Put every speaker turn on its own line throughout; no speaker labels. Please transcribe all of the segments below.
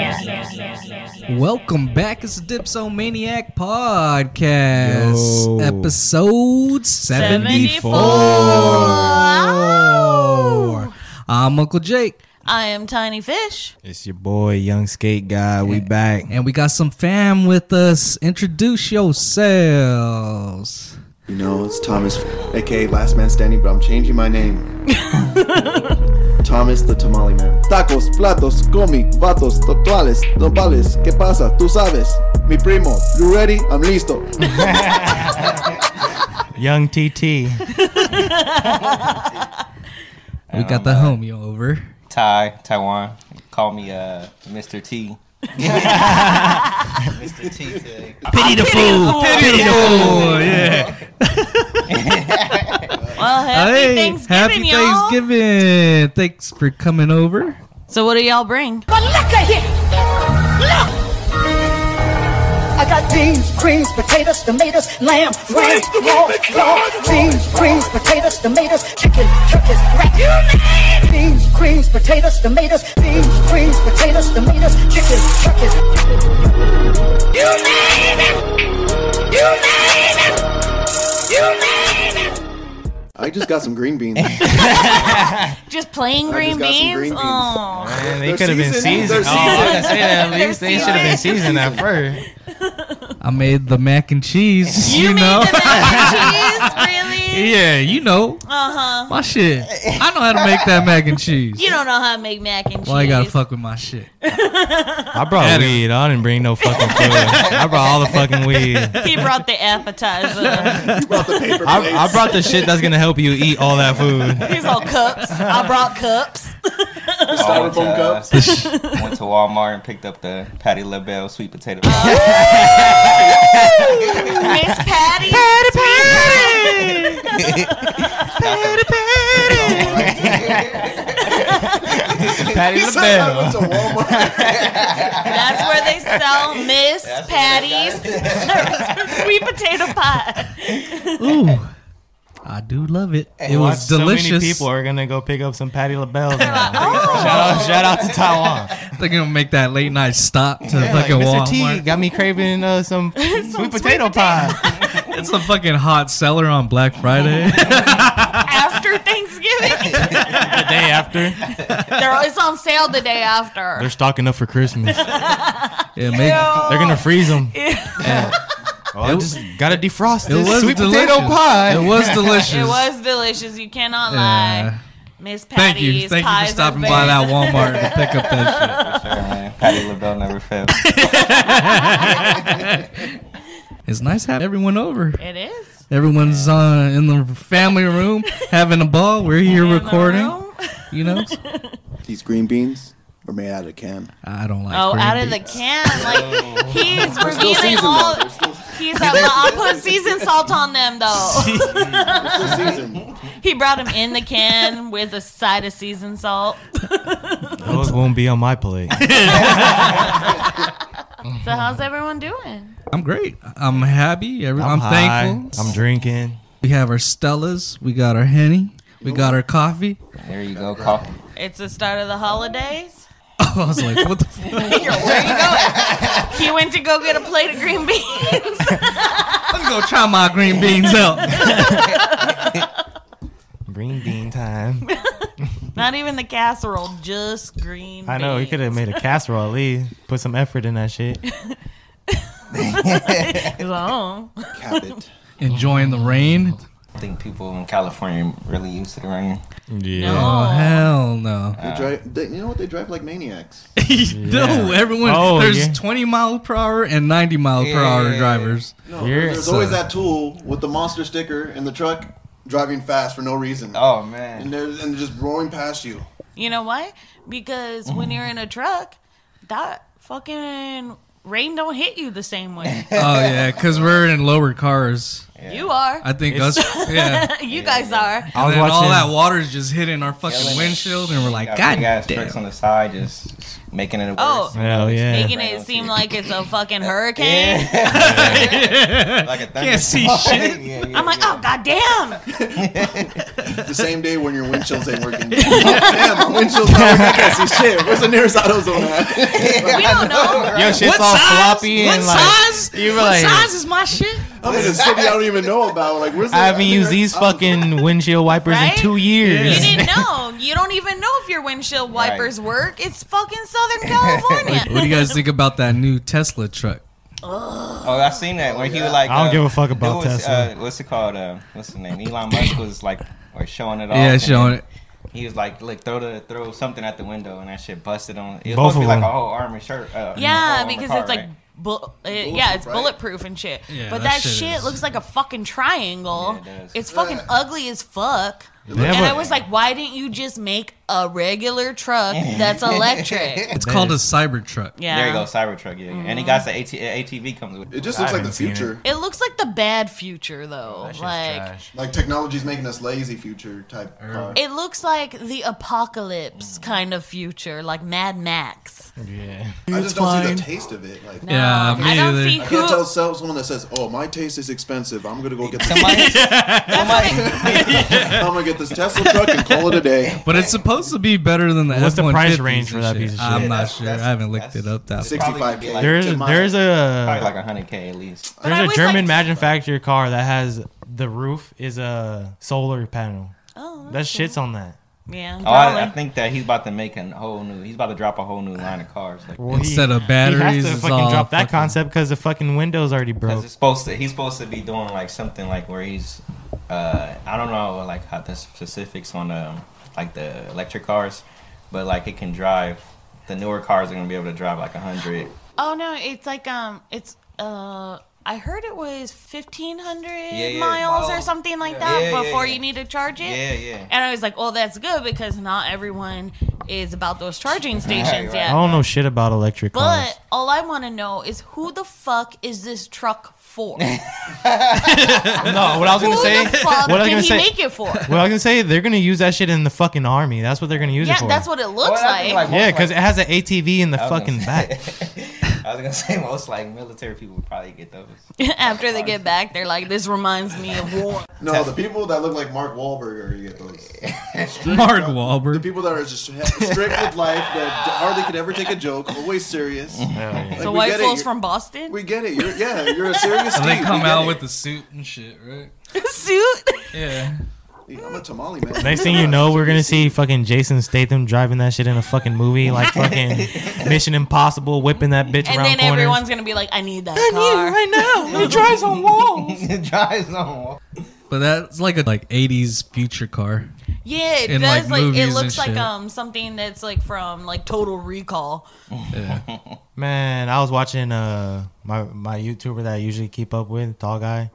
Dipsomaniac. Welcome back. It's the Dipsomaniac Podcast,
Yo.
episode 74.
74.
I'm Uncle Jake,
I am Tiny Fish.
It's your boy, Young Skate Guy. We back.
and we got some fam with us. Introduce yourselves.
You know, it's Thomas, aka Last Man Standing, but I'm changing my name. Thomas the Tamale Man. Tacos, platos, comi, vatos, totales, nopales, ¿qué pasa? Tú sabes. Mi primo, you ready? I'm listo.
Young TT.
We got the homie over.
Ty, Taiwan. Call me uh, Mr. T. Mr. T today.
Pity the fool. Pity the fool. Yeah.
Well, happy Thanksgiving,
happy
y'all.
Thanksgiving. Thanks for coming over.
So, what do y'all bring?
But look at here! Look! I got beans, greens, potatoes, tomatoes, lamb, ram, raw, raw. Beans, greens, potatoes, tomatoes, chicken, turkeys, rat. You name Beans, greens, potatoes, tomatoes, beans, greens, potatoes, tomatoes, chicken, turkeys. You name it! You name it! You name it!
I just got some green beans.
Just plain
I
green
just got some
beans?
green beans.
Aw.
Man, they
They're
could have been
seasoned.
seasoned.
They're
Oh, I was gonna say that. At
They're
least they should have been seasoned at first.
I made the mac and cheese. You,
You, made
know.
the mac and cheese? Really?
yeah, you know.
Uh huh.
My shit. I know how to make that mac and cheese.
You don't know how to make mac and cheese.
Why you gotta fuck with my shit?
I brought weed. I didn't bring no fucking food. I brought all the fucking weed.
He brought the appetizer.
you brought the paper
I, I brought the shit that's gonna help you eat all that food.
He's all cups. I brought cups.
I went to,
styrofoam
uh,
cups.
went to Walmart and picked up the Patty LaBelle sweet potato.
Miss Patty. Patty, Patty.
Patty
I went
LaBelle.
to Walmart.
That's where they sell Miss Patty's sweet potato pie.
Ooh, I do love it. It
Watch,
was delicious.
So many people are gonna go pick up some Patty LaBelle's. now.
Oh.
Shout out, shout out to Taiwan.
They're gonna make that late night stop to
Like,
fucking
Mr. T
Walmart.
got me craving uh, some, sweet potato pie.
It's a fucking hot seller on Black Friday.
after Thanksgiving.
the day after,
They're, it's on sale the day after.
they're stocking up for Christmas.
yeah, make,
They're
Oh.
gonna freeze them. Oh, I just gotta defrost
it
this
was
sweet
delicious.
potato pie.
It was delicious.
It was delicious. You cannot
Yeah.
lie. Miss Patty's
Thank you, thank you
pies
for
are
stopping by
very-
that Walmart to pick up that
For sure, man. Patty LaBelle never fails.
shit. It's nice having everyone over.
It is.
Everyone's uh, in the family room having a ball. We're here
In the
recording.
room.
You know,
These green beans are made out of a can.
I don't like.
Oh,
green
out of the
beans.
can.
Oh.
Like he's
Still
revealing
seasoned
all.
though. They're still,
He's like, well, I'll put seasoned salt on them though.
still seasoned.
he brought them in the can with a side of seasoned salt.
Those won't be on my plate.
So how's everyone doing?
I'm great. I'm happy. Every, I'm,
high,
thankful.
I'm drinking.
we have our Stellas. We got our Henny. We got our coffee.
There you go, coffee.
It's the start of the holidays.
Oh, I was like, what the fuck?
He went to go get a plate of green beans.
I'm going to try my green beans out.
Green bean time.
Not even the casserole, just green.
I know we could have made a casserole at least. Put some effort in that shit.
He's like, "Oh."
Cap it.
Enjoying the rain.
I think people in California really used to the rain.
Yeah.
Oh,
Oh.
hell no.
They drive, they, you know what? They drive like maniacs.
no, everyone,
Oh,
there's
yeah.
20 mile per hour and 90 mile per hour
Yeah.
drivers.
No,
You're-
there's always that tool with the monster sticker in the truck driving fast for no reason.
Oh,
And
man.
they're, and they're just roaring past you.
You know why? Because when you're in a truck, that fucking rain don't hit you the same way.
Oh, yeah, because we're in lower cars.
You are. Uh,
I think us. Yeah.
you guys are.
I
was
and then all
watching-
that water's just hitting our fucking
Yeah, like-
windshield, and we're like,
Got
God
big ass
damn.
tricks on the side, just making it worse.
Oh.
Hell yeah.
Making it seem like it's a fucking hurricane.
like a
Can't see
thunderstorm.
shit.
Yeah, yeah,
I'm like,
yeah.
oh goddamn!
The same day when your windshields ain't working. Damn, my windshield's not working. I can't see shit. Where's the nearest AutoZone at?
We don't know.
Yo, shit's
What
all
size?
floppy and
What
like.
size?
You were
what
like-
size is my shit?
I'm in a city I don't even know about. Like, where's the
I haven't
the
used
nearest
these
Oh.
AutoZone?
fucking windshield wipers
Right?
in two
You
years.
didn't know. You don't even know if your windshield
Right.
wipers work. It's fucking Southern California.
What do you guys think about that new Tesla truck?
Oh, I seen that when he was like,
I don't
uh,
give a fuck
dude
about
was,
Tesla.
Uh, what's it called? Uh, what's his name? Elon Musk was like, or showing it off.
yeah,
and
showing
then
it.
He was like, look, throw the throw something at the window, and that shit busted on. It was
Both
supposed to be
of
like
them.
a whole arm and shirt. Uh,
yeah,
on the
because
car,
it's like.
right?
Bull, uh, yeah, it's
right?
bulletproof and shit.
Yeah,
but
that
that,
shit
shit
is-
looks like a fucking triangle.
Yeah, it does.
it's fucking ugly as fuck.
They have
and
a-
I was like, why didn't you just make a regular truck that's electric?
It's called a Cyber Truck.
Yeah.
There you go, Cybertruck. Yeah, and he got the AT, ATV comes with.
It just looks
I
like the
haven't seen it.
future.
It looks like the bad future though. like
Like, technology's making us lazy future type car.
it looks like the apocalypse kind of future, like Mad Max.
Yeah.
I just don't see the taste of it. Like,
Yeah,
Um,
me
I don't
either.
see
I can't
who.
tell someone that says, "Oh, my taste is expensive. I'm gonna go get this.
somebody, somebody,
I'm gonna get this Tesla truck and call it a day."
But it's supposed to be better than the
What's the
F-150s
price range
and
for that
shit.
piece of
I'm
shit?
not
That's-
sure.
that's-
I haven't looked it
that's-
up that. far.
Sixty-five k.
Like,
There's a, there's
probably
a
like hundred k at least.
But I
there's a
was
German
like-
manufacturer car that has the roof is a solar panel.
Oh,
That shit's on that.
yeah.
Oh, I, I
probably.
think that he's about to make a whole new. He's about to drop a whole new line of cars. Like,
Well,
Instead of
he
batteries,
has to
it's
fucking
all
drop that
fucking-
concept because the fucking window's already
Cause
broke.
it's supposed to, he's supposed to be doing like something like where he's, uh, I don't know like how the specifics on um like the electric cars, but like it can drive. The newer cars are gonna be able to drive like hundred.
Oh no, it's like um, it's uh. I heard it was fifteen hundred
Yeah, yeah,
miles or
miles.
something like
Yeah.
that
Yeah, yeah,
before
yeah.
you need to charge it.
Yeah, yeah.
And I was like, well, that's good because not everyone is about those charging stations
right.
I
yet.
don't know shit about electric cars.
But all I want to know is who the fuck is this truck for?
no, what I was
who
gonna say,
the fuck
what I was
did
gonna
he
say-
make it for?
what I was gonna say, they're gonna use that shit in the fucking army. That's what they're gonna use it
yeah,
for.
that's what it looks
Well, I think,
like.
like,
Yeah,
most
because it has an ATV in the
I was
fucking
gonna
back.
I was gonna say most like military people would probably get those.
After they get back, they're like, "This reminds me of war."
No, the people that look like Mark Wahlberg are you get those.
Mark
The
Wahlberg.
people that are just strict with life, that hardly could ever take a joke, always serious. Like,
The
we
white
get it.
folks
You're-
from Boston
We get it. You're, yeah, you're a serious.
They
dude.
come
We get
out
it.
with the suit and shit, right?
suit.
Yeah.
I'm a tamale man.
Next thing you know, we're gonna see fucking Jason Statham driving that shit in a fucking movie, like fucking Mission Impossible, whipping that bitch
And
around
then
corners.
everyone's gonna be like, "I need that car."
I know. He drives on walls.
it drives on.
But that's like a like 80s future car.
Yeah, it
In, like,
does. Like,
movies
it
and
looks like
shit.
um something that's like from like Total Recall.
Yeah.
Man, I was watching uh my my YouTuber that I usually keep up with, tall guy.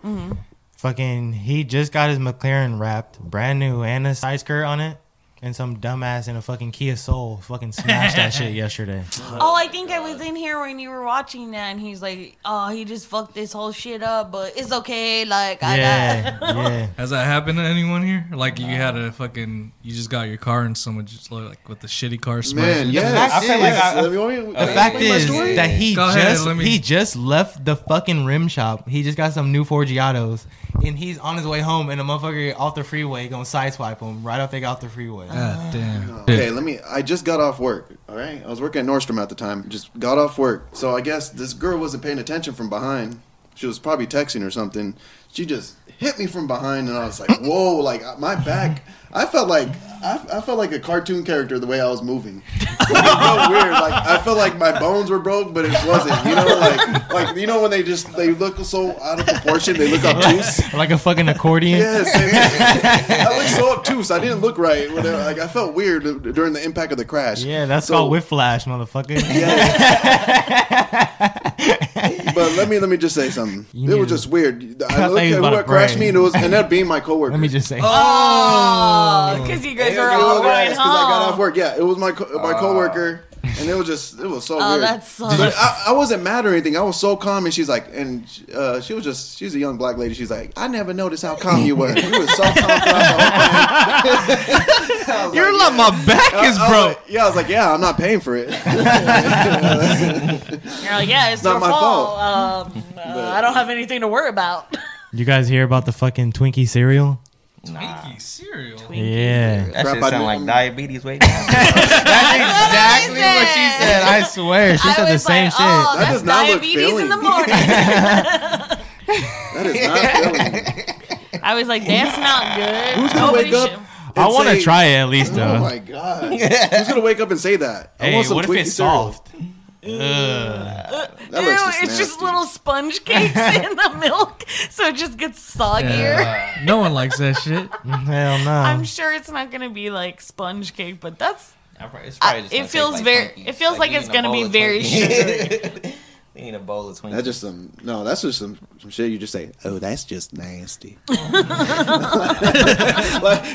Fucking, he just got his McLaren wrapped, brand new, and a side skirt on it. And some dumbass in a fucking Kia Soul fucking smashed that shit yesterday.
Oh, I think I was in here when you were watching that, and he's like, "Oh, he just fucked this whole shit up, but it's okay." Like, I got.
Yeah, yeah.
Has that happened to anyone here? Like you had a fucking, you just got your car and someone just like with the shitty car smash.
Man, yes.
I feel like I-
Let me- let me-
The
let me
fact
explain my
is
story.
that he
Go ahead,
just
let me-
he just left the fucking rim shop. He just got some new Forgiatos, and he's on his way home. And a motherfucker off the freeway gonna sideswipe him right off they got off the freeway.
God damn.
Okay, let me. I just got off work. All right, I was working at Nordstrom at the time. Just got off work, so I guess this girl wasn't paying attention from behind. She was probably texting or something. She just hit me from behind, and I was like, "Whoa!" Like uh, my back. I felt like I, I felt like a cartoon character the way I was moving. Like, it felt weird. Like I felt like my bones were broke, but it wasn't. You know, like like you know when they just they look so out of proportion. They look obtuse.
like a fucking accordion.
Yes, I- I looked so obtuse. I didn't look right. When I, like I felt weird during the impact of the crash.
Yeah, that's
So-
called whiplash, motherfucker.
But let me let me just say something.
You
it
need
was
to-
just weird. I
thought
looked
you was
at
about
who
to
had crashed
brag.
me, and it was and that being my coworker.
Let me just say,
Oh, because you guys
Yeah,
are
it was
all
my
going
ass, 'cause I got off
home.
work. Yeah, it was my co- my coworker. and it was just it was so
Oh,
weird.
that sucks.
But I, I wasn't mad or anything. I was so calm, and she's like, and uh, she was just she's a young black lady. She's like, I never noticed how calm you were. You were so calm. throughout the whole thing." I was
You're like,
like,
my
Uh,
back is
oh.
I was
broke.
like- yeah, I was like, yeah, I'm not paying for it.
You're like, yeah, it's
Not
your
my
fault. Um, uh, I don't have anything to worry about.
You guys hear about the fucking Twinkie cereal?
Nah.
Twinkie cereal.
Yeah.
That shit
Crap, I
sound
knew-
like diabetes way down.
That's
exactly what she said.
I swear. She
I
said the
was
same
like,
shit.
Oh,
That
that's
does not look
diabetes in the
filling.
morning.
That is not filling. me.
I was like, that's not good.
Who's gonna
Nobody
wake up?
should-
and
I want to
say-
try it at least, though.
Oh my god! Who's gonna wake up and say that? I
hey,
want some
what if
Twinkie
it's
cereal.
soft? Ugh.
That
Ew,
looks just
it's just
nasty.
little sponge cakes in the milk, so it just gets soggier.
Yeah. no one likes that shit.
Hell no.
I'm sure it's not gonna be like sponge cake, but that's
I prob- it's
I-
probably just
it
gonna taste
feels very-
Twinkies.
it feels like
you
it's
eating a
gonna be
bowl of
very
Twinkies. You Eating a bowl of Twinkies.
That's just some no. That's just some, some shit you just say. Oh, that's just nasty. like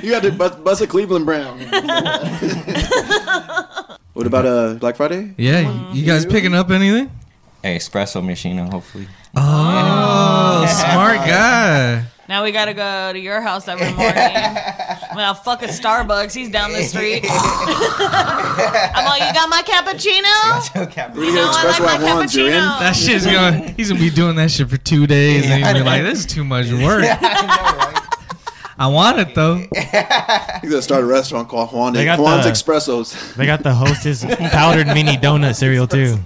you had to bust, bust a Cleveland Brown. what about uh Black Friday?
Yeah, you, you guys picking up anything?
Hey, espresso machine, hopefully.
Oh, smart guy.
now we gotta go to your house every morning. well, fuck a Starbucks. He's down the street. I'm like, you got my cappuccino?
We're gonna
No,
get
I like
espresso
my
at once. You're in.
cappuccino.
That shit's going. He's gonna be doing that shit for two days, and he's gonna be like, "This is too much work." I want it though.
He's gonna start a restaurant called Juan.
They got
Juan's
the-
Expressos.
they got the Hostess powdered mini donut cereal, too.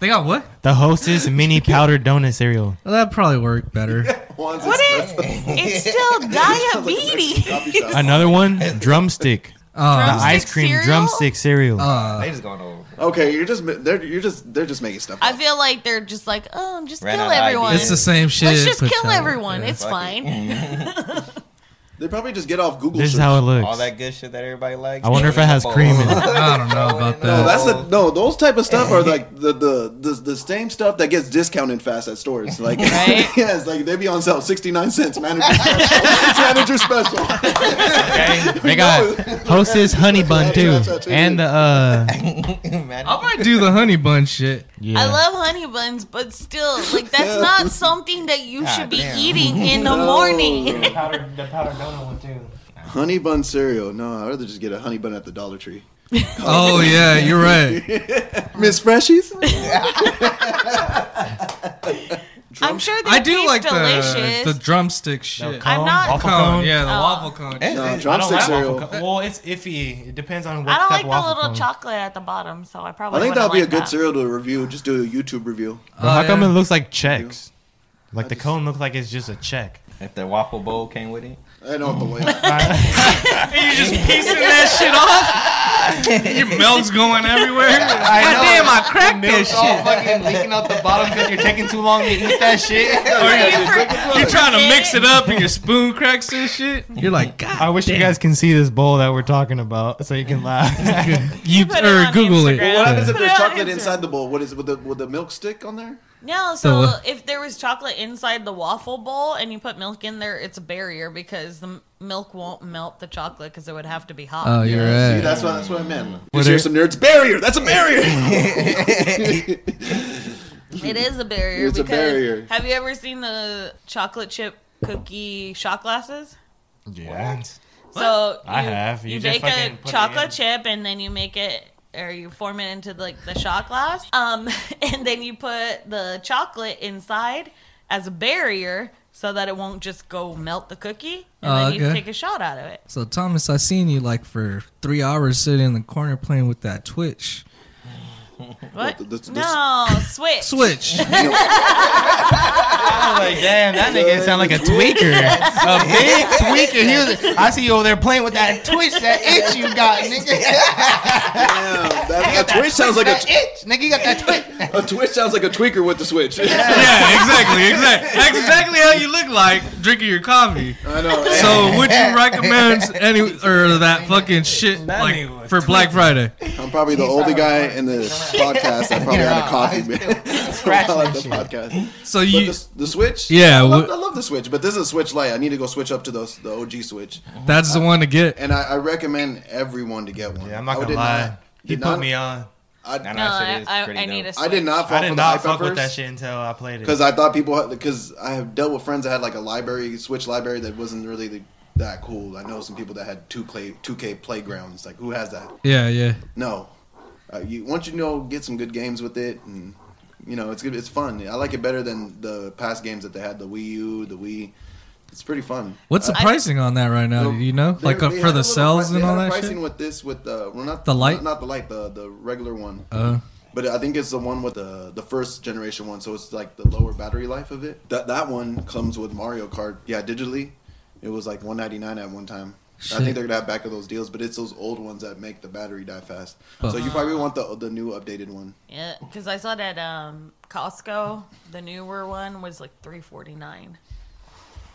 They got what?
The Hostess mini powdered donut cereal.
Well, that'd probably work better.
Juan's
What is?
Expressos.
It's still diabetes.
Coffee shop.
Another one, drumstick. The
Uh,
Drumstick
ice cream
cereal?
drumstick cereal.
uh,
They just going over.
Okay, you're just they're you're just they're just making stuff.
I
up.
feel like they're just like, oh, just
Ran
kill
out of
everyone.
ideas.
it's the same shit.
Let's just
but
kill
y'all-
everyone.
yeah.
It's fine.
they probably just get off Google.
this is
search.
how it looks.
All that good shit that everybody likes.
I wonder if it has cream in it.
I don't know about
No,
that.
that's the no. Those type of stuff are like the the the, the same stuff that gets discounted fast at stores. Like
Right?
yeah, it's like they be on sale sixty nine cents. Manager special. manager special.
They got Hostess honey bun too, and the uh.
I might do the honey bun shit.
Yeah.
I love honey buns, but still, like that's not something that you
God
should be
damn.
eating in the
No.
morning.
powdered, the powdered donut one too.
Honey bun cereal. No, I'd rather just get a honey bun at the Dollar Tree.
Oh yeah, you're right.
Miss Freshies.
I'm sure they
I do
taste
like the
delicious.
the drumstick shit.
I'm not-
Waffle
Cone,
cone.
yeah, the
Oh.
waffle cone.
No,
It- it-
I don't
drumstick
like
cereal.
waffle cone. Well, it's iffy. It depends on what
I don't
type of
like the
waffle
little
cone.
chocolate at the bottom, so I probably.
I think
wouldn't
that'll be a
like
good
that.
cereal to review. Just do a YouTube review.
But how
Oh,
come
yeah.
it looks like checks? Like the cone looks like it's just a check.
If the waffle bowl came with it,
I know the way.
You just piecing that shit off. Your milk's going everywhere.
I
God damn, I cracked that shit.
fucking leaking out the bottom because you're taking too long to eat that shit.
You're trying to mix it up and your spoon cracks and shit. You're like, God.
I wish you guys can see this bowl that we're talking about so you can laugh.
You
put it
or
on
Google
Instagram.
it.
What happens if
Put it
there's
on
chocolate
Instagram.
inside the bowl? What is with the with the milk stick on there?
No, so
uh,
if there was chocolate inside the waffle bowl and you put milk in there, it's a barrier because the m- milk won't melt the chocolate because it would have to be hot.
Oh, you're
See,
right.
that's what that's what I meant.
What
Just hear
are-
some nerds barrier. That's a barrier.
It is a barrier.
It's a
because
barrier.
Have you ever seen the chocolate chip cookie shot glasses?
yeah.
So you,
I have.
You,
You just
make
fucking
a
put it in.
chocolate chip and then you make it or you form it into like the shot glass. Um, and then you put the chocolate inside as a barrier so that it won't just go melt the cookie. And
Oh,
then you
okay.
take a shot out of it.
So Thomas, I seen you like for three hours sitting in the corner playing with that Twitch.
What?
the- the-
no, switch.
Switch.
I was like, damn, that nigga sound like a tweaker, a big tweaker. He was, I see you over there playing with that twitch, that itch you got, nigga.
Damn, that, a Twitch sounds like a,
That itch, nigga, you got that twitch.
a Twitch sounds like a tweaker with the Switch.
yeah, exactly, exactly. That's exactly how you look like drinking your coffee.
I know.
So would you recommend any or that fucking shit like for Black Friday?
I'm probably the only guy in the podcast that probably had a coffee man.
Scratch
While
that
at the
shit.
podcast.
So
But
you
the, the Switch?
Yeah,
I love,
wh-
I love the Switch, but this is a Switch Lite. I need to go switch up to those the OG Switch,
that's the one to get.
and I, I recommend everyone to get one.
Yeah, I'm not
I
gonna
did
lie.
not-
he
did
put
not-
me on.
I,
And
No,
that shit
I,
is
I,
pretty
I need
dope.
a
I did not fall
I
for
did
the
not
hype
fuck
at
with that
first.
shit until I played it.
Because I thought people, because I have dealt with friends that had like a library, switch library that wasn't really the, that cool. I know some people that had two play, two K playgrounds. Like who has that?
Yeah, yeah.
No, uh, you once you know get some good games with it, and you know it's good. It's fun. I like it better than the past games that they had, the Wii U, the Wii. It's pretty fun.
What's the
I-
pricing on that right now?
No,
Do you know,
they-
like uh,
they
for
had a
the
little
cells
pri-
and
they
all
had a
that
pricing
shit.
with this with the well not
The light?
not, not the light the the regular one
Uh,
but I think it's the one with the the first generation one, so it's like the lower battery life of it. That that one comes with Mario Kart. Yeah, digitally, it was like one ninety nine at one time. I
Shit.
think they're gonna have back of those deals, but it's those old ones that make the battery die fast.
But-
So you probably want the the new updated one.
Yeah, because I saw that um, Costco, the newer one was like three forty nine.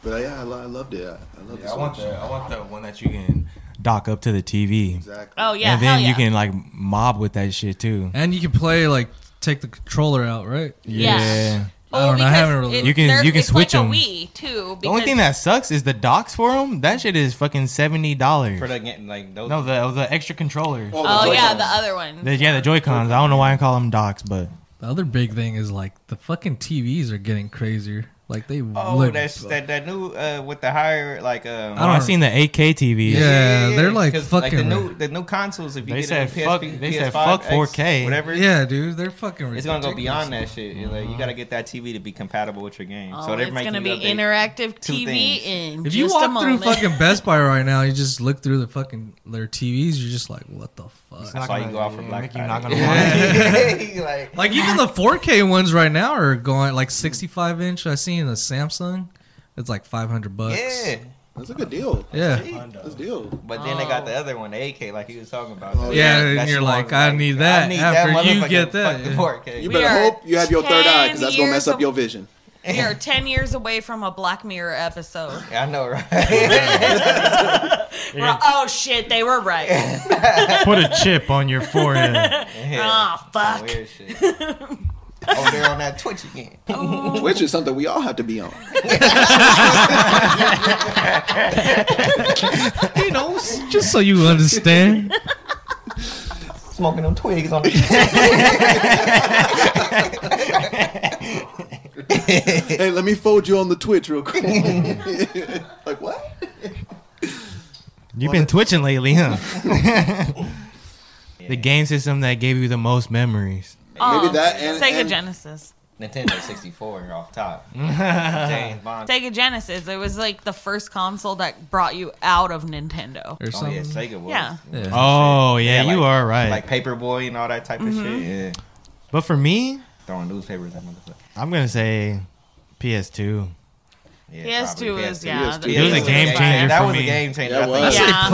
But uh, yeah, I, lo- I loved it. I, I love
Yeah, I want the I want the one that you can dock up to the TV.
exactly.
Oh yeah,
and then
hell yeah.
you can like mob with that shit too.
and you can play like take the controller out, right?
Yeah.
Yeah.
I don't know, I
because
haven't really-
it-
You can-
there-
you can
it's
switch
like
'em.
a Wii too.
The only thing that sucks is the docks for them. That shit is fucking seventy dollars.
for the game, like those.
No, the the extra controller.
Oh,
oh yeah,
Joy-Cons.
the other one.
The- yeah, the Joy Cons. I don't know why I call them docks, but
The other big thing is like the fucking TVs are getting crazier. Like they
oh,
look.
that's that, that new uh, with the higher like. Um,
I don't. I seen the eight K TV.
Yeah, they're, like,
'cause, the
fucking-
new the new consoles. If you
They
get
said
it on
fuck-
PSP,
they
PS5,
said fuck
X,
4K.
Whatever.
yeah, dude, they're fucking.
It's gonna go
ridiculous.
beyond that shit. You're Like you gotta get that TV to be compatible with your game.
Oh,
so they're
it's
making
gonna be
you update-
interactive
two
TV
things.
in
If
just
you
a
walk through
moment.
fucking Best Buy right now, you just look through the fucking their TVs. You're just like, what the fuck?
That's why you go out for Black
You're not gonna
Friday.
want it.
like,
Like even the 4K ones right now are going like 65 inch. I seen the Samsung. It's like 500 bucks.
yeah.
that's a good deal.
Yeah.
Gee.
That's a deal.
But then they got
Oh.
the other one, the AK, like he was talking about.
Oh,
Yeah,
That
and
shit
you're
was
like, I need that after you
motherfucking
get that,
fucking
yeah.
4K.
You
We
better
are
hope you have your third eye
10
because that's gonna mess
years
up
of-
your vision.
we are ten years away from a Black Mirror episode.
Yeah, I know, right?
Well, oh shit, they were right.
Put a chip on your forehead.
yeah.
oh fuck.
Weird shit. Over there on that Twitch again.
Twitch is something we all have to be on.
You know, s- just so you understand.
Smoking them twigs on the
hey, let me fold you on the Twitch real quick. like what?
You've been twitching lately, huh? the game system that gave you the most memories.
Oh,
Maybe that and-
Sega
and-
Genesis.
Nintendo 64 off top. Oh, James Bond.
Sega Genesis. It was like the first console that brought you out of Nintendo.
Or
Oh, yeah,
something.
Sega was.
Yeah.
Yeah.
Oh yeah,
Yeah,
you
like-
are right.
Like Paperboy and all that type of
Mm-hmm.
shit. Yeah.
but for me,
Throwing newspapers at motherfuckers.
I'm gonna say PS2.
Yeah,
PS2
probably
is yeah.
PS2.
the
It was a
biggest
game
one.
changer.
That
for
was
me.
a game changer.
Yeah, it
I think
was.
I say
Yeah.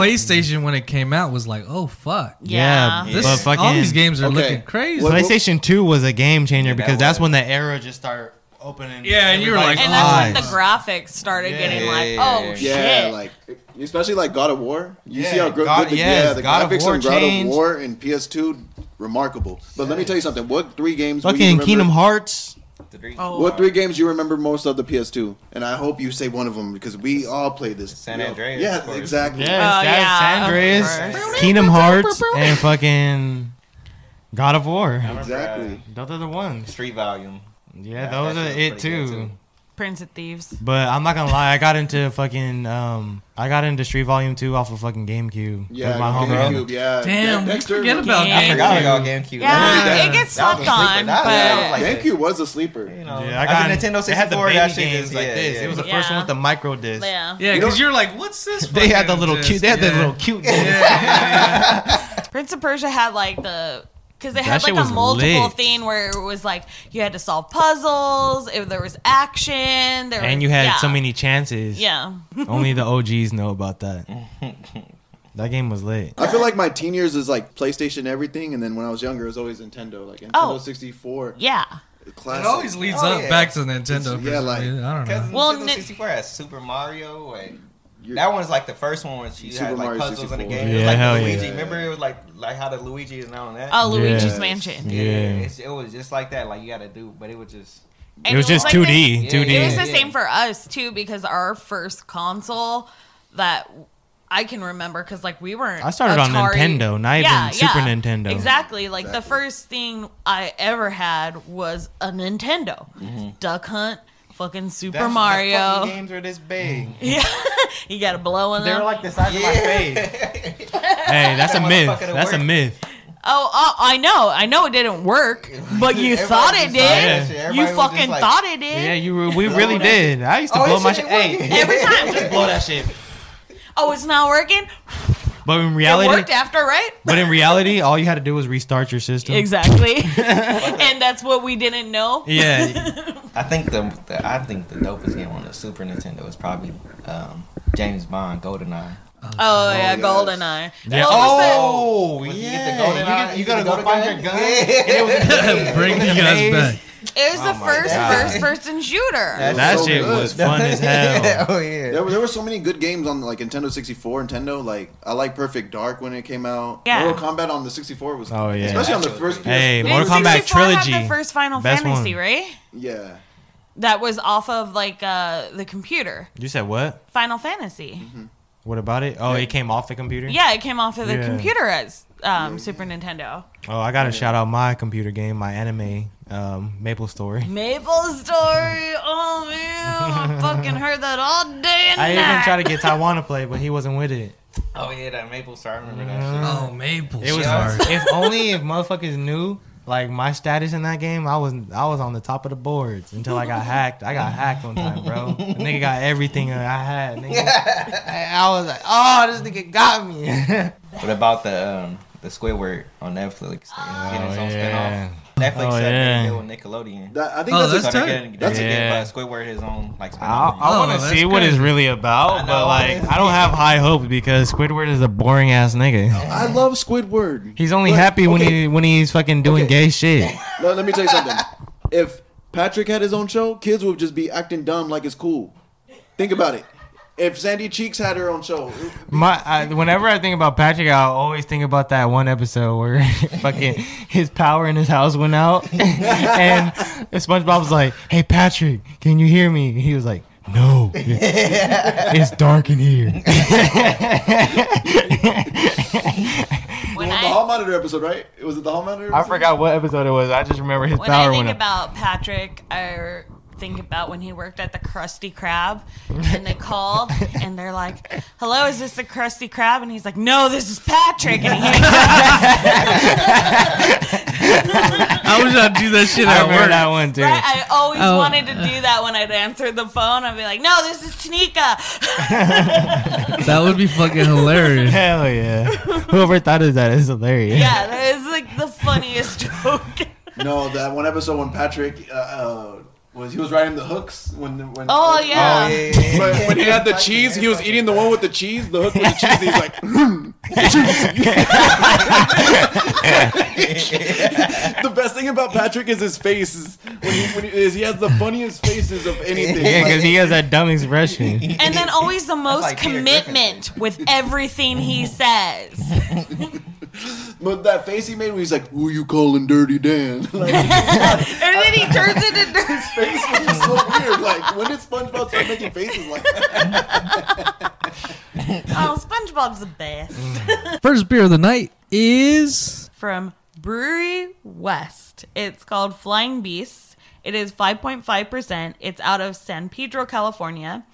PlayStation when it came out was like, oh fuck.
Yeah.
Yeah.
This,
but fucking
all these games are
Okay.
looking crazy.
What-
PlayStation 2 was a game changer
Yeah, that
because that's
was.
when the era just started opening.
Yeah, and you were like,
everybody's
"Oh."
And that's when
eyes.
the graphics started
Yeah.
getting like,
Yeah.
oh
Yeah,
shit.
like especially like God of War. You see
Yeah,
how gr-
God-
good the,
yes,
yeah, the
God of
graphics
War
on God
changed.
of War and PS2 remarkable. But let me tell you something. What three games? will you
fucking
remember-
Kingdom Hearts.
the three-
Oh.
What three games you remember most of the PS2? And I hope you say one of them because we all played this.
San
You know-
Andreas, of
Yeah,
course.
exactly.
Yes,
Oh,
that's
yeah,
San
of
Andreas, Kingdom Hearts, and fucking God of War.
Exactly.
Those are the ones.
uh, Street Volume.
Yeah,
Yeah,
those
that
are
shit was
it
pretty
too.
good, too.
Prince of Thieves.
But I'm not gonna lie, I got into fucking um, I got into Street Volume Two off of fucking GameCube.
Yeah,
with my homie.
GameCube. Yeah.
Damn, we
Dexter
forget
was-
about
Yeah.
I
games.
forgot about GameCube.
Yeah,
Yeah.
it gets
That
slept
was a
on,
sleeper. That- that
but
was like
GameCube was a sleeper.
You know,
Yeah, I
as
got
a Nintendo 64.
They had the
that
big
shit is-
games like
yeah,
this. It was the
yeah.
first one
Yeah.
with the micro disc.
yeah.
Yeah,
You know-
because you're like, what's this?
They had the
fucking
little
disc?
cute. They had
Yeah.
the little cute.
Yeah,
disc.
yeah, yeah.
Prince of Persia had like the because
That
it had
shit
like a
was
multiple
lit.
theme where it was like you had to solve puzzles, if there was action, there
And
was-
you had
yeah.
so many chances.
Yeah,
Only the OGs know about that. that game was lit.
I feel like my teen years is like PlayStation everything, and then when I was younger, it was always Nintendo, like Nintendo
Oh.
64.
yeah.
Classic.
It always leads
Oh,
up
yeah.
back to Nintendo.
It's-
for
yeah,
some
like-
reason. I don't
Because
know.
Well,
Nintendo
Ni-
64 has Super Mario. And
You're-
that one's like the first one where she
Super
had like
Mario
puzzles in the
64.
game. It was
Yeah,
like
hell
the Luigi.
yeah.
Remember, it was like like how the Luigi is now on that.
Oh, Luigi's
Yes.
Mansion.
yeah,
Yeah.
it's, it was just like that. Like you got to do, but it was just
And
it was just
like
two
the-
D.
Yeah,
Two
yeah,
It was
D.
the
yeah.
same for us too because our first console that I can remember because like we weren't.
I started on
Atari-
Nintendo, not even Super Nintendo.
Exactly. Like the first thing I ever had was a Nintendo. Duck Hunt, fucking Super
That's- the fucking
Mario.
games were this big.
Yeah, you got to blow in
They were
them.
like the size of my face.
Hey, that's a myth.
Motherfucker, it
That's a
worked.
myth.
oh, oh, I know, I know it didn't work, but you
Everybody
thought
was
it
just
did.
like that shit.
you
Everybody was
fucking
just like- "Oh,
thought it did.
Yeah, you. We really did. I used to blow my shit. Hey,
Every time, just
blow that shit.
oh, it's not working.
But in
It worked
reality,
after, right?
but in reality, all you had to do was restart your system.
Exactly. and that's what we didn't know.
Yeah,
I think the, the I think the dopest game on the Super Nintendo is probably um, James Bond GoldenEye.
Oh, yeah,
yes.
GoldenEye.
Yeah.
What was it?
Oh,
When you
yeah.
get the golden eye,
you, gotta
get the
go
golden
find
gun.
your gun.
Yeah.
And it was-
Bring you guys back.
It was the
Oh my
first
God.
first person shooter.
That's
that
so
shit
good.
was fun as hell.
oh yeah.
There, were- there were so many good games on like Nintendo 64, Nintendo. Like I like Perfect Dark when it came out.
Yeah.
Mortal Kombat on the 64 was,
Oh, yeah.
especially on the first. PS,
Hey,
the
Mortal
first-
Kombat
64 had
trilogy.
the first Final
Best
Fantasy,
one.
right?
Yeah,
That was off of like uh, the computer.
You said what?
Final Fantasy.
Mm-hmm.
What about it? Oh, it came off the computer.
Yeah, it came off of the
Yeah.
computer as um, Super Nintendo.
Oh, I gotta shout out my computer game, my anime, um, Maple Story.
Maple Story. Oh man, I fucking heard that all day and
I
night.
even tried to get Taiwan to play, but he wasn't with it.
Oh yeah, that maple star. I remember that
Uh,
Oh, maple
It was
stars.
if only if motherfuckers knew like my status in that game, I was I was on the top of the boards until I got hacked. I got hacked one time, bro. The nigga got everything that I had. Nigga. I, I was like, oh, this nigga got me.
shit. What about the um, the Squidward on Netflix? Oh, getting its own
yeah.
spinoff. Netflix
Oh,
said
yeah.
they deal with Nickelodeon.
that, I think
Oh,
that's,
so
that's-
a,
they're
tight.
getting, they're getting
Yeah.
uh, Squidward his own like
I,
spinoff.
I want
Oh,
to
that's
see what
good.
it's really about,
I
but
know.
like I don't have high hopes because Squidward is a boring ass nigga.
I love Squidward.
He's only
But-
happy when
okay,
he when he's fucking doing
Okay.
gay shit.
No, let me tell you something. if Patrick had his own show, kids would just be acting dumb like it's cool. Think about it. If Sandy Cheeks had her own show,
My I, whenever I think about Patrick, I always think about that one episode where fucking his power in his house went out, and SpongeBob was like, "Hey Patrick, can you hear me?" And he was like, "No, it's, it's dark in here."
When
the
I-
Hall Monitor episode, right? Was it the Hall Monitor?
I
episode?
forgot what episode it was. I just remember his
when I
power
think
went out.
about Patrick, I think about when he worked at the Krusty Krab, and they called and they're like, "Hello, is this the Krusty Krab?" And he's like, "No, this is Patrick." And he hangs up.
I wish I'd do that shit
I
at
remember
work.
that one too.
Right? I always
Oh.
wanted to do that when I'd answer the phone. I'd be like, "No, this is Tanika."
That would be fucking hilarious.
Hell yeah! Whoever thought of that is hilarious.
yeah, that is like the funniest joke.
No, that one episode when Patrick uh, uh, was he was riding the hooks when when.
Oh yeah.
Oh,
But when he had the cheese, he was eating the one with the cheese, the hook with the cheese. He's like, hmm. the best thing about Patrick is his face. Is when he, when he, is he has the funniest faces of anything.
Yeah,
Like,
because he has that dumb expression.
And then always the most
like Peter Griffin.
commitment with everything he says.
but that face he made when he's like, "Who you calling Dirty Dan?" like,
And then he turns into dirt.
his face was just so weird. Like, when did SpongeBob start making faces like that?
Oh, SpongeBob's the best.
First beer of the night is
from Brewery West. It's called Flying Beasts. It is 5.5%. It's out of San Pedro, California.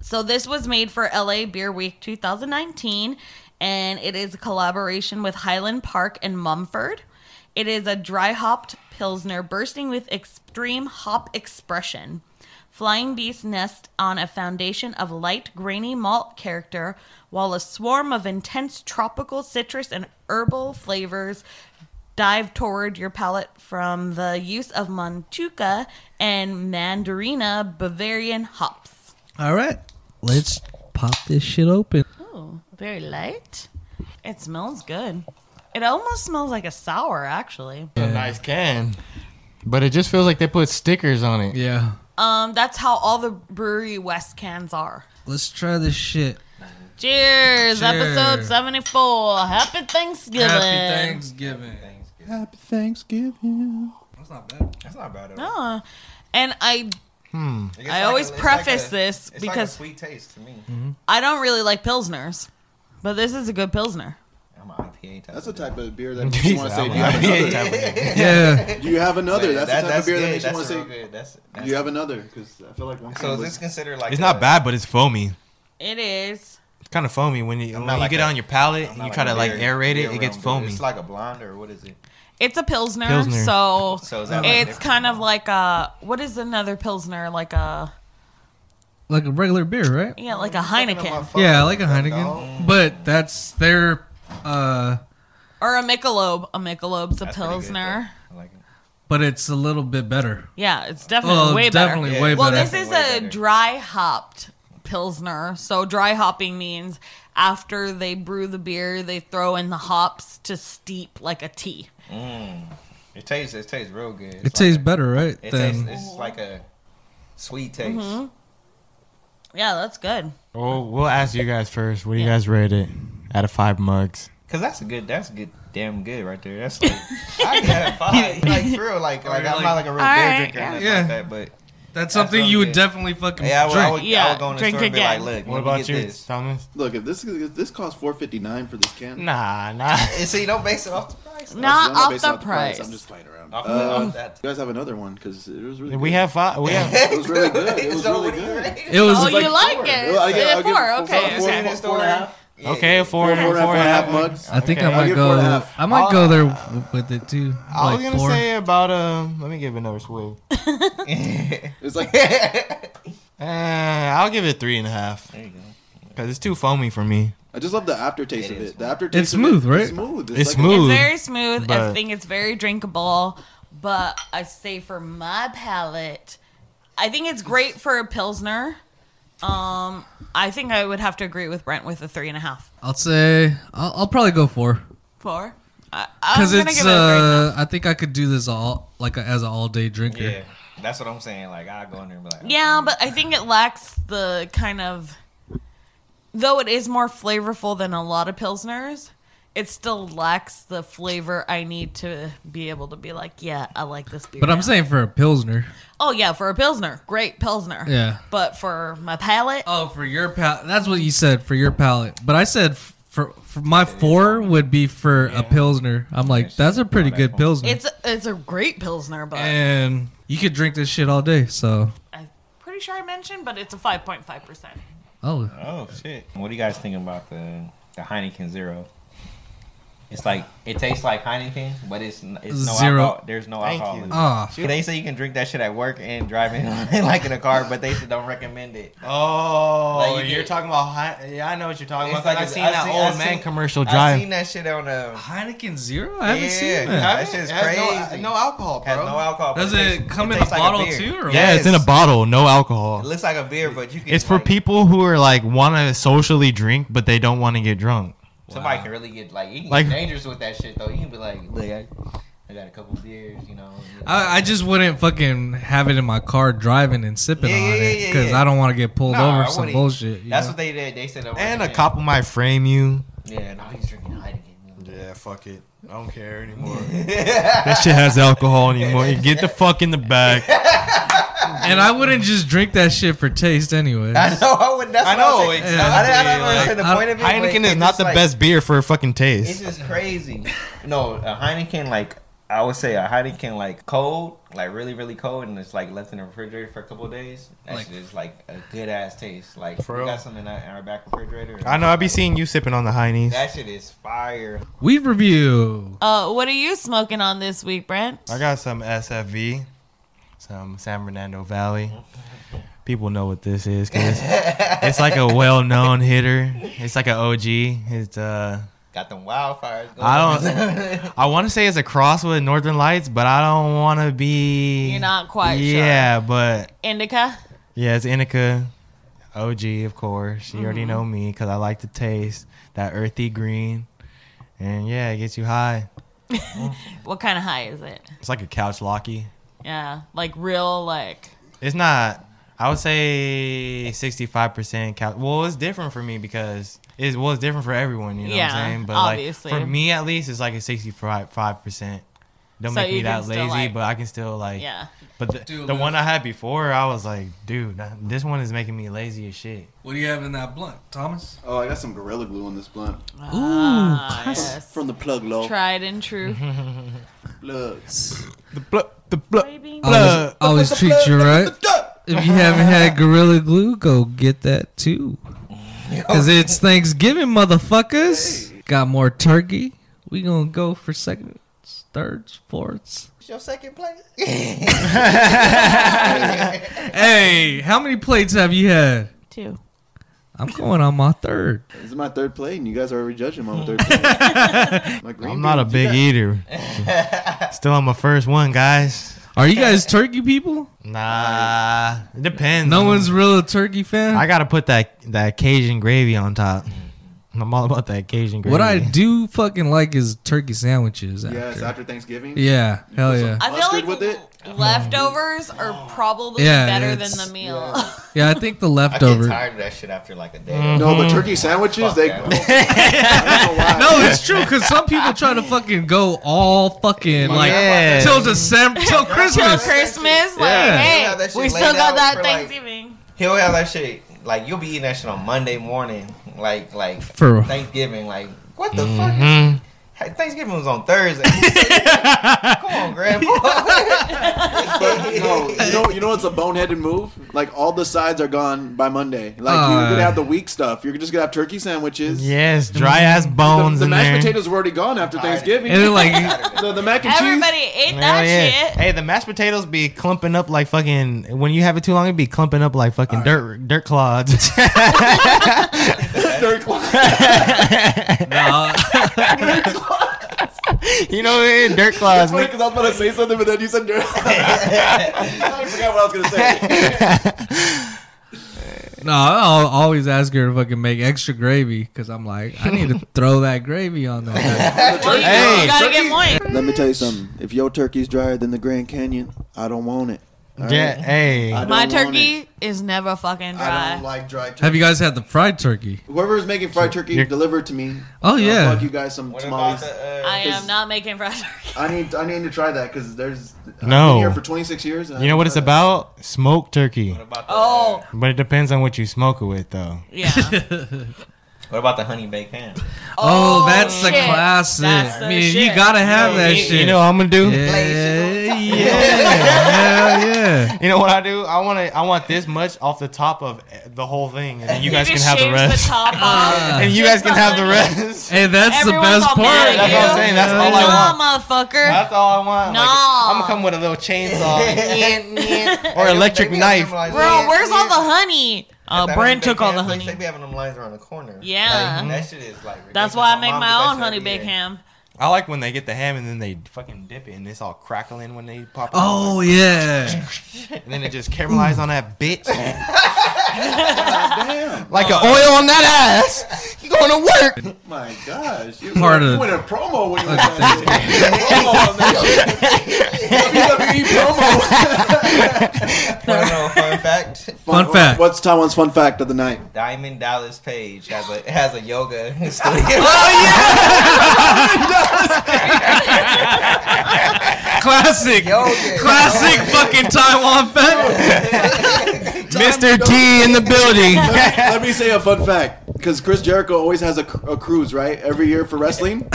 So this was made for LA Beer Week 2019 and it is a collaboration with Highland Park and Mumford. It is a dry hopped pilsner bursting with extreme hop expression. Flying beasts nest on a foundation of light, grainy malt character, while a swarm of intense tropical citrus and herbal flavors dive toward your palate from the use of Montuca and Mandarina Bavarian hops.
all right. Let's pop this shit open.
Oh, very light. It smells good. It almost smells like a sour, actually.
a nice can, but it just feels like they put stickers on it.
Yeah.
Um, that's how all the Brewery West cans are.
Let's try this shit.
Cheers, episode
Cheers.
74. Happy Thanksgiving.
Thanksgiving.
Happy Thanksgiving.
That's not bad.
That's not bad at all.
Oh, Ah, and I
It's
I always
it's
preface
a-
this
it's like a
because-
sweet taste to me.
Mm-hmm.
I don't really like pilsners, but this is a good pilsner.
I'm an IPA type.
That's a
of
type of beer that makes you want to say, do you
I'm
have
like,
another?
type.
Yeah.
Do you have another? That's the type of beer that makes you
that's
want to
real
say,
good. That's,
do
that's
you have another? Because I feel like one
So
time
is
was-
this considered like?
It's
a-
not bad, but it's foamy.
It is.
It's kind of foamy when you
I'm
when
not
you
like
get
a-
it on your palate
I'm
and
not
you try to
a
like
beer-
aerate
beer
it. It
realm,
gets
but
foamy.
It's like a blonde or what is it?
It's a pilsner,
Pilsner.
so,
So is that like
it's
different?
kind of like a what is another pilsner like a
Like a regular beer, right?
yeah like a Heineken
Yeah, I like a Heineken. But that's their uh
or a Michelob. A Michelob's a
That's pretty good,
pilsner.
though. I like it.
but it's a little bit better.
yeah, it's definitely
Oh,
way better.
definitely
Yeah.
way
Well,
better.
this is
Way
a
better.
dry hopped pilsner. So dry hopping means after they brew the beer, they throw in the hops to steep like a tea.
It tastes. It tastes real good.
it tastes better, right?
It tastes.
than
It's like a sweet taste.
Mm-hmm. Yeah, that's good.
Well, Oh, we'll ask you guys first. What do you guys rate it out of five mugs?
Cause that's a good. That's good. Damn good right there. That's like I can have five. Like for real. Like like I'm not like a real beer
Alright,
drinker or nothing
yeah.
like that. But
that's something
what
you
I'm
would
getting.
definitely fucking
yeah, I would, I would,
drink.
I
Yeah,
would go in the
drink
store and be like,
again.
look,
What
let me
about
get
you,
This.
Thomas?
Look, if this if this costs four fifty nine for this can,
Nah, nah.
And see, don't base it off the price. though.
Not
I'm
off
basing
the
it
price.
I'm just playing around.
Off, the-
Uh,
off that.
you guys have another one because it was really.
we
good.
have five. We have.
It was really good. It was
So
really
what do you
good.
rate?
It was
Oh,
like
you like it?
Well, I give-
Yeah,
I'll give
four.
it
Okay,
Four
four-
in the
four-
store
four and a
now?
half.
Yeah,
Okay, a four,
yeah.
and a- four and a
Four, four and a half,
half mugs.
mugs.
I think
Okay.
I
I'll
might
give
go.
four and a half.
I might
I'll-
go there w- with it too.
I was
like
gonna
four.
say about uh. Let me give it another swig.
It's like
Uh, I'll give it three and a half
There you go.
because it's too foamy for me.
I just love the aftertaste
It
of
is
it. The
smooth.
aftertaste.
It's
of
smooth, right?
It's smooth.
It's
like-
smooth.
It's very smooth. I
but-
think it's very drinkable, but I say for my palate, I think it's great for a pilsner. Um, I think I would have to agree with Brent with a three and a half.
I'll say I'll, I'll probably go four
Four.
because
Because
it's. Uh, I think I could do this all like a, as an all day drinker.
Yeah, that's what I'm saying. Like I go in there and be like,
yeah, but I think it lacks the kind of. Though it is more flavorful than a lot of pilsners, it still lacks the flavor I need to be able to be like, yeah, I like this beer.
But I'm
now.
saying for a pilsner.
Oh yeah, for a pilsner, great pilsner.
Yeah.
But for my palate,
Oh, for your palate. That's what you said for your palate. But I said f- for, for my four would be for a pilsner. I'm like, that's a pretty good pilsner.
it's it's a great pilsner, but
and you could drink this shit all day. So,
I'm pretty sure I mentioned, but it's a 5.5 percent.
oh,
oh shit. What do you guys think about the the Heineken Zero? It's like it tastes like Heineken, but it's n- it's no
Zero.
alcohol. There's no
Thank
alcohol.
you.
in it.
ah,
They say you can drink that shit at work and drive in like in a car, but they said don't recommend it.
Oh,
Like, you
you are
get-
talking about. Hi- yeah, I know what you're talking
It's
about. 'cause
like
I've
a-
seen
I've
that
seen-
old
I've
man
seen-
commercial
I
Oh, drive.
seen that shit on um
Heineken Zero. I haven't
Yeah.
seen
That
that.
Haven't?
shit's
It has no- uh,
crazy.
No, alcohol,
has
bro.
no alcohol. but
Does it
tastes-
come in a
tastes like
bottle
beer.
too, or what?
yeah, it's in a bottle, no
It
alcohol.
looks like a beer, but you can.
It's for
like,
people who are like want to socially drink, but they don't want to get drunk.
Somebody can really get like you can
Like-
get dangerous with that shit though. You can be like, look, I, I got a couple beers, you know.
I, I just wouldn't fucking have it in my car driving and sipping
Yeah,
on
yeah,
it
yeah,
because
yeah.
I don't want to get pulled
Nah, I
over for some
wouldn't.
bullshit.
That's what they did. They said. over
And
the
a
thing.
couple might frame you.
Yeah, now he's drinking Heineken.
Yeah, fuck it. I don't care anymore. that shit has alcohol anymore. You get the fuck in the back.
and I wouldn't just drink that shit for taste anyway.
I know. I would. That's
I
what I'm
know,
saying. I didn't- I don't understand the
exactly,
point of it. but
Heineken is
it's
not
just
the
like-
best beer for a fucking taste.
It's just crazy. No, a Heineken like I would say a Heineken like cold, like really really cold, and it's like left in the refrigerator for a couple of days. That's
Like-
just like a good ass taste. Like
For
we
real?
got some in our, in our back refrigerator.
I know. I be seeing you sipping on the Heinies.
That shit is fire.
Weed review.
Uh, what are you smoking on this week, Brent?
I got some SFV, some San Fernando Valley. People know what this is 'cause it's, it's like a well-known hitter. It's like an OG. It's uh,
Got them wildfires. Going
I
don't.
I want to say it's a cross with Northern Lights, but I don't want to be.
You're not quite sure.
Yeah, but
Indica.
yeah, it's Inica, OG of course. You
Mm-hmm.
already know me because I like the taste that earthy green, and yeah, it gets you high.
What kind of high is it?
It's like a couch locky.
Yeah, like real, like
It's not. I would say sixty-five percent. Cal- well, it's different for me because it's well, it's different for everyone. You know
Yeah,
what I'm saying? But
obviously.
like for me at least, it's like a sixty-five percent don't
So
make
you
me
can
that
still,
lazy,
like-
but I can still like.
Yeah.
But the,
Do
the
it.
one I had before, I was like, dude, nah, this one is making me lazy as shit.
What do you have in that blunt, Thomas?
Oh, I got some gorilla glue on this blunt.
Ooh,
Yes. From the plug low.
Ah, Tried and true.
Mm-hmm.
Plugs.
The blah, the blah.
Baby.
Always, always treat you right. If you haven't had Gorilla Glue, go get that too. Because it's Thanksgiving, motherfuckers. Got more turkey. We gonna go for seconds, thirds, fourths.
It's your second place.
Hey, how many plates have you had?
Two.
I'm going on my third.
This is my third plate, and you guys are already judging my third plate. My green
I'm not a
beans, you
big eater. still on my first one, guys.
Are you guys turkey people?
Nah, it depends.
No one's real a turkey
Mm.
fan.
Mm. I gotta put that that Cajun gravy on top. I'm all about that Cajun gravy.
what I do fucking like is turkey sandwiches.
got-
After.
Yes, after Thanksgiving.
Yeah, hell yeah.
I feel
Mustard
like
with it?
leftovers are probably
Yeah,
better
it's-
than the meal.
Yeah, I think the
I get
leftover. No,
tired of that shit after like a day.
Mm.
No,
Mm-hmm.
but turkey sandwiches,
Fuck
they.
that.
I don't know why.
it's true because some people try to fucking go all fucking like
Yeah.
till December till
Till
Christmas.
Christmas, like,
Yeah.
We have
hey,
that shit
we
laid
still got
out
that
for, like-
Thanksgiving.
He'll have that shit. Like you'll be eating that shit on Monday morning, like like
For
Thanksgiving. Like what the fuck?
Mm-hmm.
Hey, Thanksgiving was on Thursday. Come on,
But, no,
grandpa.
you know, you know what's a boneheaded move? Like all the sides are gone by Monday. Like
Uh.
you're gonna have the weak stuff. You're just gonna have turkey sandwiches.
Yes, dry ass
The,
bones
the
in
mashed
there.
potatoes were already gone after Thanksgiving.
and then like
the, the mac and
Everybody ate
Hell
that
yeah.
shit.
Hey, the mashed potatoes be clumping up like fucking. When you have it too long, it be clumping up like fucking dirt dirt clods.
cheese. They're close.
nah,
you know, what I mean? dirt clods.
Wait, because I was about to say something, but then you said dirt. I forgot what I was gonna say.
nah, I'll always ask her to fucking make extra gravy because I'm like I need to throw that gravy on there.
Well, you
Hey.
gotta get moist.
Let me tell you something. If your turkey's drier than the Grand Canyon, I don't want it.
Yeah, hey,
I
My
don't want
turkey is never fucking
I
dry.
don't like dry turkey.
Have you guys had the fried turkey?
Whoever is making fried turkey,
You're-
deliver it to me.
Oh
I'll
yeah,
plug you guys some
What about
tamales.
the?
I
Uh,
am not making fried turkey.
I need I need to try that because there's I've
No.
been here for 26 years. And I
you know
haven't
what it's
tried that.
about? Smoked turkey.
what about the?
Oh,
But it depends on what you smoke it with, though.
yeah.
uh, what about the honey baked ham?
Oh, that's the
shit.
classic.
That's the
I mean, you
shit.
gotta have that
You-
shit.
You know what I'm gonna do?
yeah, yeah, hell yeah.
You know what I do? I want to. I want this much off the top of the whole thing, and then you guys can
just
have the
shaves
rest.
top off.
and you guys
Just
can have the
behind it.
rest.
Hey, that's
Everyone's
the best
all
part.
mad at
That's
you.
what I'm saying. That's all I want.
Nah, motherfucker.
That's all I want.
No.
I'm gonna come with a little chainsaw or electric
They be having
knife.
them lines
Bro,
around-
where's all the honey?
At
Uh,
that
Brent
honey
took
baked
all
ham
the
place,
honey.
They be having them lines around the corner.
Yeah.
Like, that shit is like.
That's
ridiculous.
why I
My
make
mom do
my
that
own
shit
honey
every
baked
year.
ham.
I like when they get the ham and then they fucking dip it and it's all crackling when they pop it.
Oh yeah.
and then it just caramelizes on that bitch
Damn.
like an oil on that ass. You going to work?
Oh My gosh. You
Part
you
of-
went a promo when you were down there. Promo on that shit. WWE promo.
Wanna know a fun fact.
Fun fact.
What's Taiwan's fun fact of the night?
Diamond Dallas Page has a has a yoga studio.
Oh,
Classic.
Yoga.
Classic fucking Taiwan fan.
Mr. T in the building.
Let me- Let me say a fun fact because Chris Jericho always has a, cr- a cruise, right? Every year for wrestling.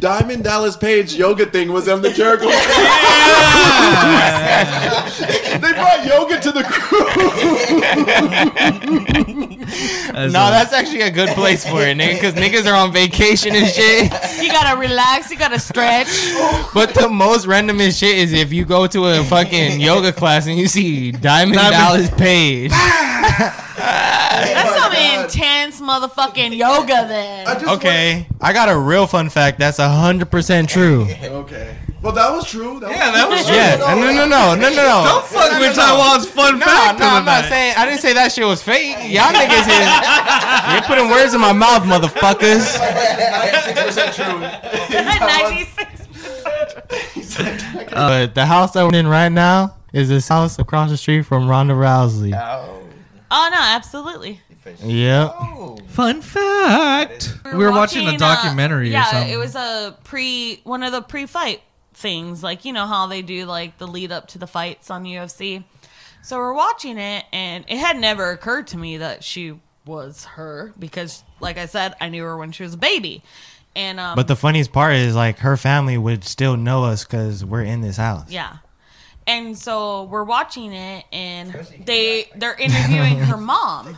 Diamond Dallas Page yoga thing was on the Jericho. they brought yoga to the cruise.
No, that's actually a good place for it, nigga, because niggas are on vacation and shit.
You gotta relax. You gotta stretch.
But the most randomest shit is if you go to a fucking yoga class and you see Diamond,
Diamond-
Dallas Page.
That's
my
some
God.
intense motherfucking yoga then.
I just
Okay, I got a real fun fact that's hundred percent true.
want- okay. Well, that was true. That
Yeah, that was
Yeah, no, no, no, no, no,
Don't
no.
fuck with Taiwan's fun
No,
fact. of
no,
the
I'm not
night.
saying. I didn't say that shit was fake. Y'all niggas is. You're putting words in my mouth, motherfuckers.
Ninety-six.
But Uh, the house that we're in right now is this house across the street from Ronda Rousey.
Oh,
Oh no, absolutely.
Yep.
oh.
Fun fact. We were watching a
uh,
documentary
yeah,
or something.
it was a pre one of the pre-fight things. Like, you know how they do like the lead up to the fights on UFC. So we're watching it, and it had never occurred to me that she was her because, like I said, I knew her when she was a baby. And um,
But the funniest part is like her family would still know us because we're in this house.
Yeah. And so we're watching it and they they're interviewing her mom.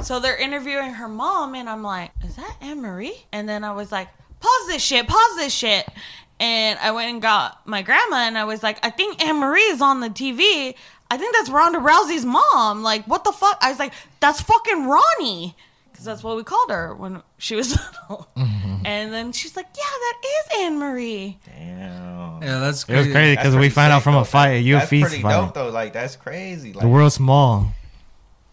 so they're interviewing her mom and I'm like, is that Anne Marie? And then I was like, pause this shit, pause this shit. And I went and got my grandma and I was like, I think Anne Marie is on the TV. I think that's Ronda Rousey's mom. Like, what the fuck? I was like, that's fucking Ronnie. Because that's what we called her when she was little. And then she's like, yeah, that is Anne Marie.
Damn.
Yeah, that's
It was
crazy.
crazy
That's
because we
pretty
find
sick,
out from
though.
a fight, a
That's
UFC
pretty dope
fight.
though. Like that's crazy. Like
The world's small.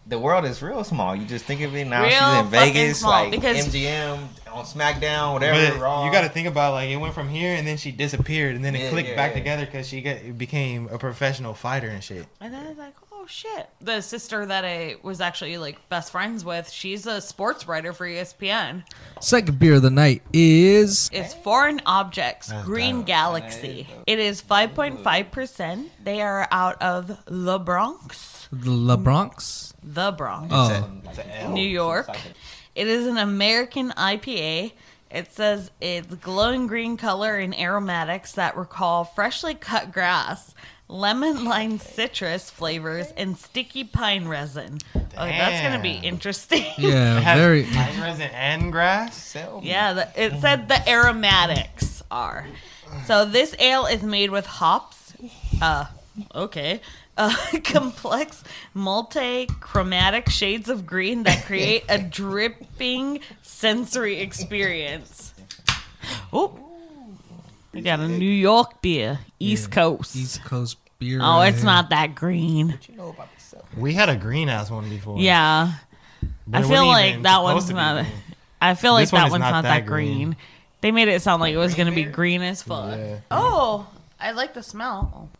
the world is real small. You just think of it now.
Real
she's
fucking
in Vegas,
small,
like
because-
MGM on SmackDown, whatever.
But
Raw.
you got to think about like it went from here and then she disappeared and then it
Yeah,
clicked
yeah,
back
yeah.
together because she get, became a professional fighter and shit.
And then I was like, oh shit. The sister that I was actually like best friends with, she's a sports writer for E ESPN.
Second beer of the night is
It's Foreign Objects, Green Galaxy. It is 5.5%. They are out of the Bronx.
the La Bronx.
The Bronx.
Oh,
It's a L.
New York. It is an American IPA. It says it's glowing green color and aromatics that recall freshly cut grass, lemon lime citrus flavors, and sticky pine resin. Oh, that's going to be
Damn.
interesting.
It
yeah,
has
very.
pine resin and grass.
Sell me.
Yeah, the, it said the aromatics are. So this ale is made with hops. Uh, okay. Uh, complex, multi-chromatic shades of green that create a dripping sensory experience. Oh, we got a New York beer, East
Yeah,
Coast.
East Coast beer.
oh,
right
it's
here.
not that green.
What you know about this stuff?
We had a green ass one before.
Yeah,
but
I
it
feel
wasn't
like
even
that
supposed
one's
to be
not.
green.
I feel like
This one
that
is
one's not, that green.
green.
They made it sound like it was gonna be green as fuck.
Yeah.
Oh, I like the smell.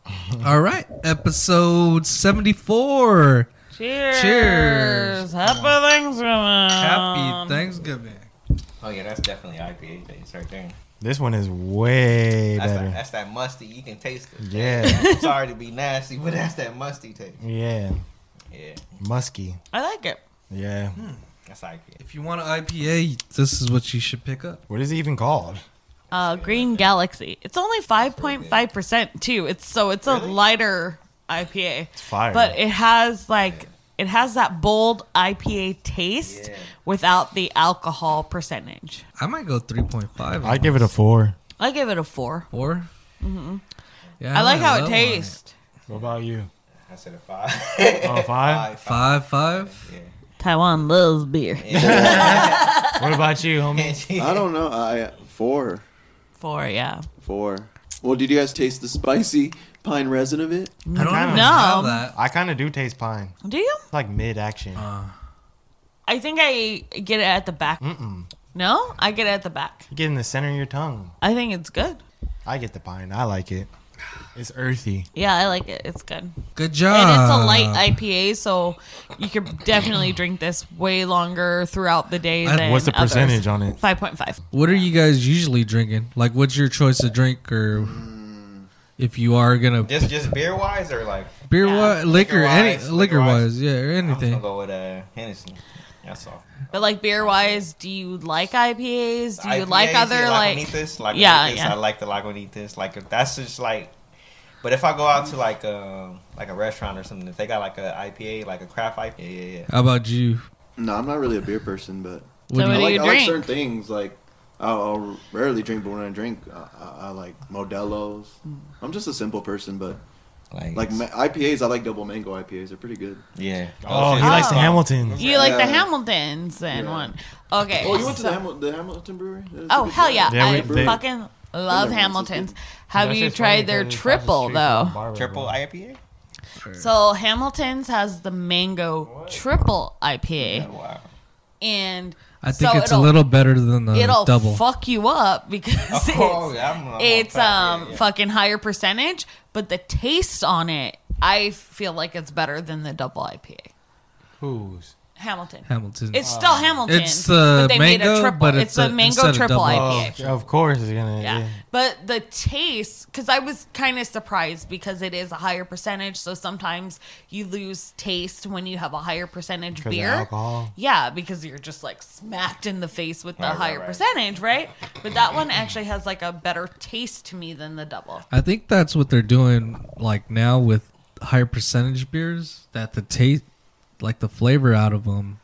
All right, episode seventy-four.
Cheers!
Cheers.
Happy Thanksgiving!
Happy Thanksgiving.
Oh yeah, that's definitely IPA taste right there.
This one is way
That's
better.
that, that's that musty. You can taste it.
Yeah.
I'm sorry to be nasty, but that's that musty taste.
yeah.
Yeah,
Musky.
I like it.
Yeah.
that's IPA.
If you want an IPA, this is what you should pick up.
What is it even called?
Uh, Green Galaxy. It's only five point five percent too. It's so it's a lighter IPA.
It's fire.
but it has like it has that bold IPA taste
Yeah.
without the alcohol percentage.
I might go three point five.
I give it a four.
I give it a four.
4 Yeah,
Mm-hmm. I like
might
how
love
it
on
tastes.
What about you?
I said a five.
Oh, five?
Five, five.
Five five.
Taiwan loves beer.
what about you, homie?
Yeah.
I don't know. I four,
Four, yeah.
four. Well, did you guys taste the spicy pine resin of it?
I don't even
kinda
have
know.
that.
I kind of do taste pine.
Do you?
It's like mid action.
I think I get it at the back.
Mm-mm.
No, I get it at the back.
You get in the center of your tongue.
I think it's good.
I get the pine. I like it. It's earthy.
Yeah, I like it. It's good.
Good job.
And it's a
Ah.
light IPA, so you could definitely drink this way longer throughout the day.
I-
Than
What's the percentage on it?
Five point five.
What are you guys usually drinking? Like, what's your choice of drink, or if you are gonna
Just just beer wise or like
beer,
yeah.
wi- liquor, any
Liquor-wise,
liquor wise,
liquor-wise.
yeah, or
I'm just gonna
anything.
go with uh, Hennessy. That's all.
But like beer wise, do you like IPAs? Do you like
IPAs,
other
yeah,
like?
Lagunitas, like
Yeah,
yeah,
yeah.
I like the Lagunitas. Like that's just like, but if I go out to like um like a restaurant or something, if they got like a IPA, like a craft IPA, yeah, yeah, yeah.
How about you?
No, I'm not really a beer person, but
What
So
do
I
you
it-
like,
you
I like
drink?
certain things. Like I'll, I'll rarely drink, but when I drink, I, I, I like Modelo's. I'm just a simple person, but
Like,
like ma- IPAs, I like double mango IPAs. They're pretty good.
yeah.
Oh, he
shit.
likes the
Oh.
Hamilton.
You like the
Yeah.
Hamiltons and
Yeah.
one. Okay.
Oh, you went to
so-
the, Hamil- the Hamilton Brewery? That is a
Oh
good
hell
brewery.
yeah!
Yeah, we-
I
they-
fucking love Hamilton's. Have
That
you
shit's funny
tried their
'cause it's across the
triple
street from
though?
Barber,
triple
bro.
IPA.
So Hamilton's has the mango triple IPA,
Wow.
and
I think
so
it's a
it'll-
little better than the
It'll
double.
fuck you up because
Oh,
it's,
yeah, I'm- I'm on
it's
top, yeah,
um
yeah.
fucking higher percentage, but the taste on it, I feel like it's better than the double IPA.
Who's?
Hamilton.
Hamilton.
It's still Hamilton.
It's the
but they made
mango,
a triple.
but
it's,
it's
a,
a- instead
mango
of
triple
double.
Oh,
IPA.
of course it's gonna.
yeah.
yeah.
But the taste, because I was kind of surprised because it is a higher percentage. So sometimes you lose taste when you have a higher percentage
of the
beer.
alcohol.
Yeah, because you're just like smacked in the face with the
Oh, Right, right,
higher
right.
percentage, right? But that one actually has like a better taste to me than the double.
I think that's what they're doing like now with higher percentage beers that the taste, like the flavor out of them,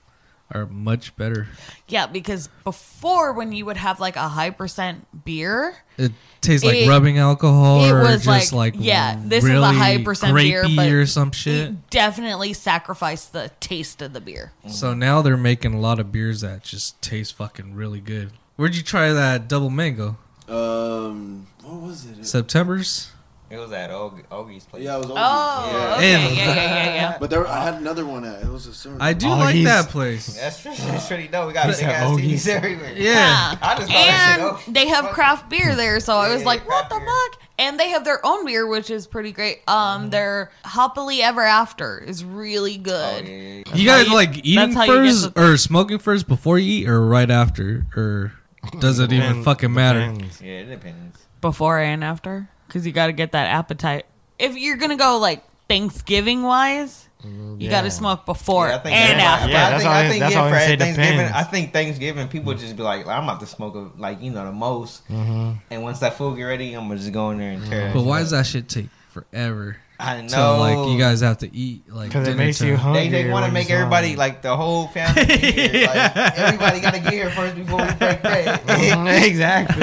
are much better.
Yeah, because before when you would have like a high percent beer,
It tastes like
It-
rubbing alcohol
it
or
was
just
like,
like,
yeah, this is a
really
high percent beer,
grapey
but Mm-hmm.
or some shit.
it definitely sacrificed the taste of the beer.
So now they're making a lot of beers that just taste fucking really good. Where'd you try that double mango?
Um, what was it?
September's.
It was at Og- Ogie's place.
yeah, it was. Old.
Oh,
yeah.
okay,
And-
yeah, yeah, yeah, yeah.
But there, I had another one. At, it was a similar.
I do
Oh,
like
he's-
that place.
That's pretty, that's pretty dope. We got
Just
big
have
ass
Ogie's.
TVs everywhere.
Yeah.
I just bought that shit
and
up.
they have craft beer there, so I
"Oh, Yeah,
was
yeah,
like,
yeah,
"What
craft
the
beer.
fuck?" And they have their own beer, which is pretty great. Um, their happily ever after is really
Mm-hmm. Oh,
good.
yeah, yeah, yeah.
You
how
guys
you-
like eating
that's how you get
first
the-
or smoking first before you eat or right after or does it even
Depends-
fucking matter?
depends.
Yeah, it depends.
Before and after, because you got to get that appetite. If you're gonna go like Thanksgiving wise, you got
yeah.
to smoke before
Mm, Yeah, I think
and
that's why-
after.
but I
that's
think-
why-
I think,
that's
yeah,
why I
for
say
Thanksgiving,
depends.
I think Thanksgiving people just be like, I'm about to smoke a, like you know the most,
Mm-hmm.
and once that food get ready, I'm gonna just go in there and tear.
But why does that shit take forever?
I know.
So like you guys have to eat like
Because it
dinner
makes you
time?
hungry.
They, they want to
when
make
you're
everybody
hungry.
like the whole family. Be here. Like everybody got to get here first before we break bread.
Mhm, exactly.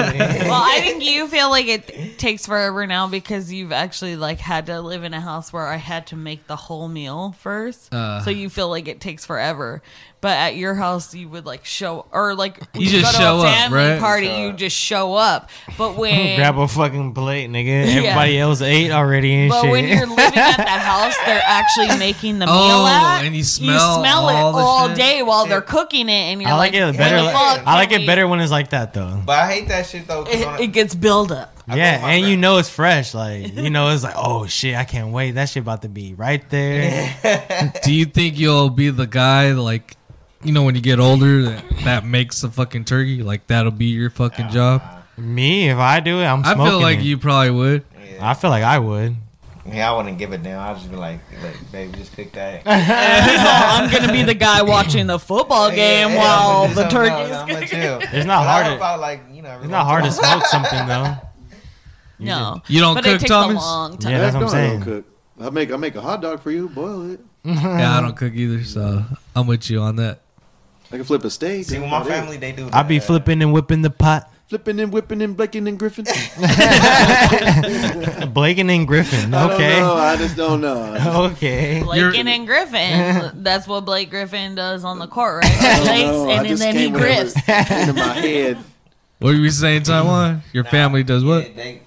well, I think you feel like it takes forever now because you've actually like had to live in a house where I had to make the whole meal first.
Uh.
so you feel like it takes forever. But at your house, you would like show or like when
You just show up, right?
party,
Show
you
up.
just show up. But when
Grab a fucking plate, nigga. Everybody else ate already and
but
shit.
when you're living at that house, they're actually making the meal
Oh,
at,
and you smell all
it
the
all
shit.
day while they're cooking it, and you're
I like it
"Where
better.
the
like-
fuck
I like
can
it
we-"
better when it's like that though.
but I hate that shit though. 'cause on
It,
a-
it gets build up.
Yeah,
my
and
grandma-
you know it's fresh. Like you know it's like, oh shit, I can't wait. That shit about to be right there.
Do you think you'll be the guy like you know when you get older that, that makes the fucking turkey? Like that'll be your fucking job?
Me, if I do it, I'm
I
smoking.
feel like
it.
you probably would.
I feel like I would.
yeah, I wouldn't give a damn. I'd just be like, like, baby, just cook that.
I'm gonna be the guy watching the football game while the turkey's.
It's not hard to-
About, like, you know,
It's not hard to smoke something though.
No,
You don't
but
cook,
it takes
Thomas?
a long time.
Yeah, that's what I'm
No, I
saying.
don't cook. I make I make a hot dog for you. Boil it.
Yeah, I don't cook either, so I'm with you on that.
I can flip a steak.
See, with
that's
my
about it.
family, they do.
I be
that.
flipping and whipping the pot,
flipping and whipping and blinking and griffin.
Blaken and Griffin.
I don't know.
Okay,
I just don't know.
okay.
You're-
Blake and Griffin. That's what Blake Griffin does on the court, right? He Blakes
know. I
and,
just
then he
came whatever
grips.
Into my head.
What were you saying, Taiwan? Your family does what?
Yeah, they,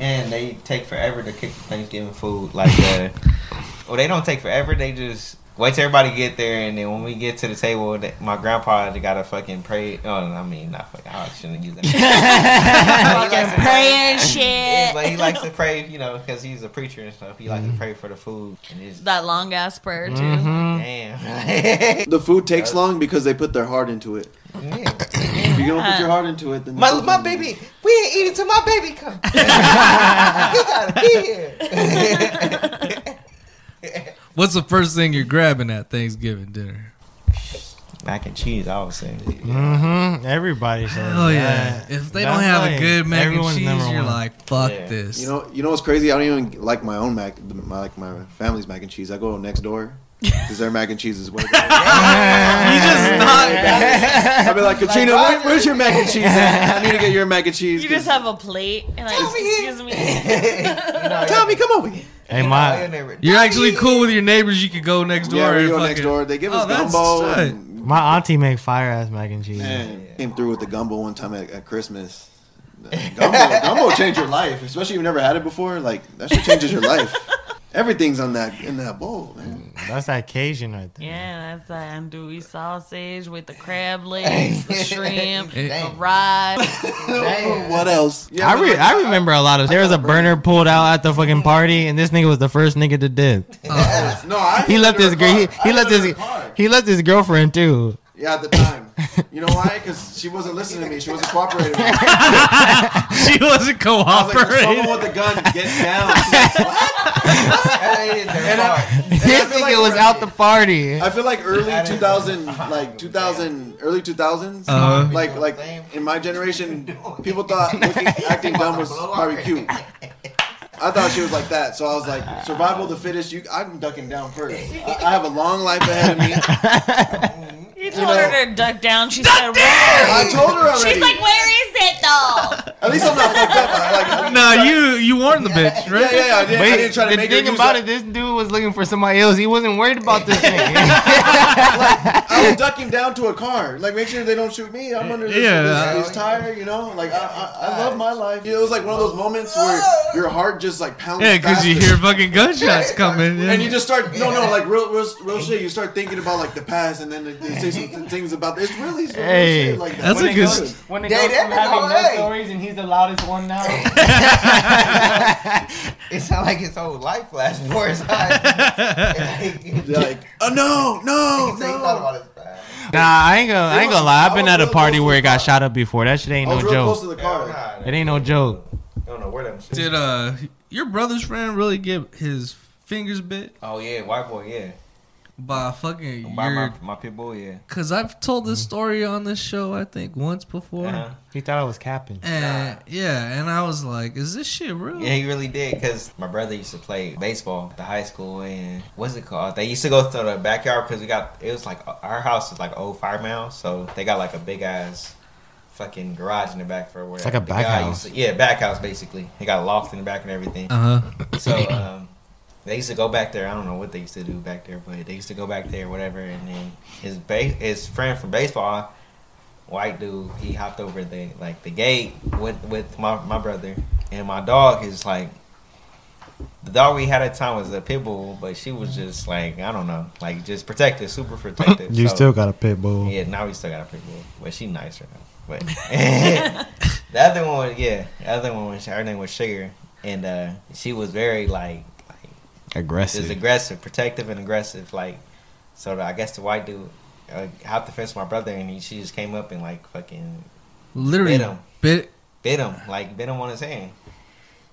and they take forever to cook Thanksgiving food. Like, uh, well, they don't take forever. They just wait till everybody get there, and then when we get to the table, they, my grandpa they gotta fucking pray. Oh, I mean, not fucking. I shouldn't use that.
Fucking praying
Yeah, but he
shit.
likes to pray, you know, because he's a preacher and stuff. He
Mm-hmm.
likes to pray for the food. And it's
That long ass prayer too.
Mm.
damn.
The food takes long because they put their heart into it.
Yeah.
If you don't put your heart into it, then
My, my baby, we ain't eating till my baby comes. he gotta be here.
What's the first thing you're grabbing at Thanksgiving dinner?
Mac and cheese, I was saying.
Mm-hmm. Everybody says.
Oh yeah.
that.
If they
That's
don't have a
like
good mac and
everyone's
cheese,
number
you're
one.
like, fuck
Yeah.
this.
You know, you know what's crazy? I don't even like my own mac, the- my, like my family's mac and cheese. I go next door because their mac and cheese is way better.
you just not.
I'll be like, Katrina, where, where's your mac and cheese? At? I need to get your mac and cheese.
You just have a plate and like, excuse me.
Tommy, come over here.
Hey, my
You're actually cool with your neighbors. You could go next door.
Yeah, we
and
go
fucking,
next door. They give us
Oh, that's
gumbo.
tight.
And,
my auntie make fire ass mac and cheese.
man, came through with the gumbo one time at, at Christmas. Gumbo, gumbo changed your life, especially if you've never had it before. Like that shit changes your life. Everything's on that in that bowl, man.
That's that Cajun right there.
Yeah, that's that andouille sausage with the crab legs, the shrimp, the
Dang.
rice.
What else? Yeah,
I, re- I remember a lot of. There was a burner pulled out at the fucking party, and this nigga was the first nigga to dip.
no, I
He left
lived
his
in a
gr- he,
car.
he
I
left
lived in
his
a car.
He left his girlfriend too.
Yeah, at the time. You know why? Because she wasn't listening to me. She wasn't cooperating. With me. I
she wasn't
was like, "There's someone
cooperating.
with a gun, get down. She's like, and I,
This
and I feel
nigga
like
was
early-
out the party.
I feel like early 2000, like 2000, early 2000s,
Uh-huh.
like like in my generation, people thought looking, acting dumb was probably cute. I thought she was like that, so I was like, survival of the fittest. You, I'm ducking down first. I, I have a long life ahead of me.
You told her to duck down. She said, "Where?"
I told her already.
She's like, "Where is it though?"
At least I'm not fucked up. Like,
Nah, you you warned the bitch,
yeah,
right?
yeah, yeah. I didn't, I didn't try to
the
make her
thing
use
about
that.
it, this dude was looking for somebody else. He wasn't worried about this nigga.
I was ducking down to a car. Like, make sure they don't shoot me. I'm under this,
Yeah.
this, this tire, you know? Like, I, I, I love my life. It was like one of those moments where your heart just, like, pounds
Yeah, because you
faster.
hear fucking gunshots coming.
And you just start, no, no, like, real, real, real shit. You start thinking about, like, the past, and then they, they say some th- things about It's really some real
Hey,
shit like that.
that's
When
a
it
good-
goes-
When it
They- goes from they- having no hey.
stories and he's the loudest one now.
It sounds like his whole life flashed before his eyes.
They're like, oh, no, no,
They thought
no.
about his past.
Nah, I ain't gonna, I ain't gonna lie. I've been
I
at
was
a
real
party
close
where
to
it got shot up before. That shit ain't
I was
no
real close to
joke.
the
Hell
car.
nah,
It
nigga.
ain't no joke.
Don't know where them shit.
Did uh your brother's friend really get his fingers bit
Oh yeah, white boy, yeah.
by fucking
By
your?
my, my pit bull, yeah.
Because I've told this story on this show I think once before,
Uh-huh.
He thought I was capping.
and yeah, and I was like, "Is this shit real?"
Yeah, he really did. Cause my brother used to play baseball at the high school, and what's it called? They used to go through the backyard because we got it was like our house is like old fire miles, so they got like a big ass fucking garage in the back for where
It's like a
the
back
guy
house.
used to- yeah, back house basically. They got a loft in the back and everything.
Uh huh.
So um, they used to go back there. I don't know what they used to do back there, but they used to go back there, whatever. And then his ba- his friend from baseball, white dude, he hopped over the like the gate with with my, my brother and my dog is like. The dog we had at the time was a pit bull, but she was just like I don't know, like just protective, super protective. So-
got a pit bull.
yeah, now we still got a pit bull, but she nicer now. But the other one, was, yeah, the other one was her name was Sugar, and uh, she was very like, like
Aggressive.
just aggressive, protective, and aggressive. Like, so the, I guess the white dude uh, hopped the fence with my brother, and he, she just came up and like fucking
Literally
Bit 'em.
bit
bit him, like bit him on his hand,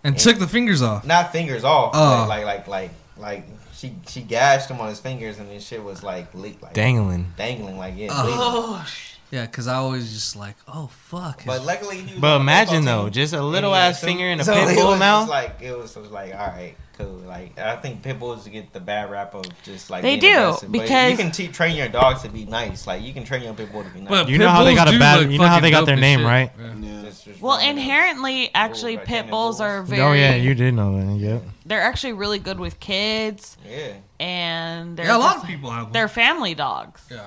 and took the fingers off.
not fingers off,
Oh.
but like like like like she she gashed him on his fingers, and his shit was like leak, like
Dangling.
dangling, like yeah.
Oh.
bleeding.
Oh, sh-
Yeah, because I always just like, "Oh fuck."
But luckily, he
But
was on the baseball
imagine though,
team.
just a
And
little
he
ass
was too-
finger in a
so
pit
it
bull
was just
mouth.
Like it was, it was like, all right, cool. Like I think pit bulls get the bad rap of just like
They
being
do,
aggressive, but
because-
you can te- train your dogs to be nice. Like you can train your pit bull to be nice.
But
You know
pit
how they
bulls
got a
do
bad-
look
you know how
fucking
they got
dope
their
and
name,
shit.
right?
Yeah.
Yeah.
Just- just
well,
roll it up.
inherently, actually, pit bulls are very.
Oh yeah, you did know that. Yep.
They're actually really good with kids,
Yeah,
and they're
Yeah, a lot
just-
of people have.
They're family dogs.
yeah.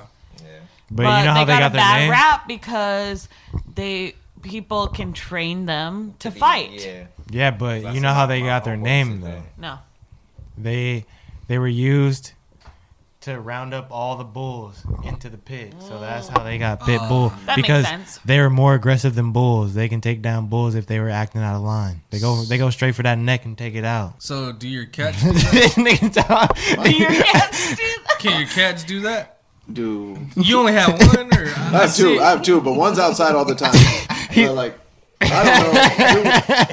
yeah.
But, you know how they got,
a
their
bad
name.
rap because they people can train them to
be-
fight.
Yeah,
Yeah, but
That's
you know how they
my
got their
homeboy
name
said
though.
that.
No,
They they were used to round up all the bulls into the pit. So that's how they got pit bull
Oh. That makes
because
sense.
they were more aggressive than bulls. They can take down bulls if they were acting out of line. They go they go straight for that neck and take it out.
So do your cats?
Nigga talk-
your cats do that.
can your cats do that?
Dude.
You only have one, or
I have two. I have two, but one's outside all the time. But, like, I don't know.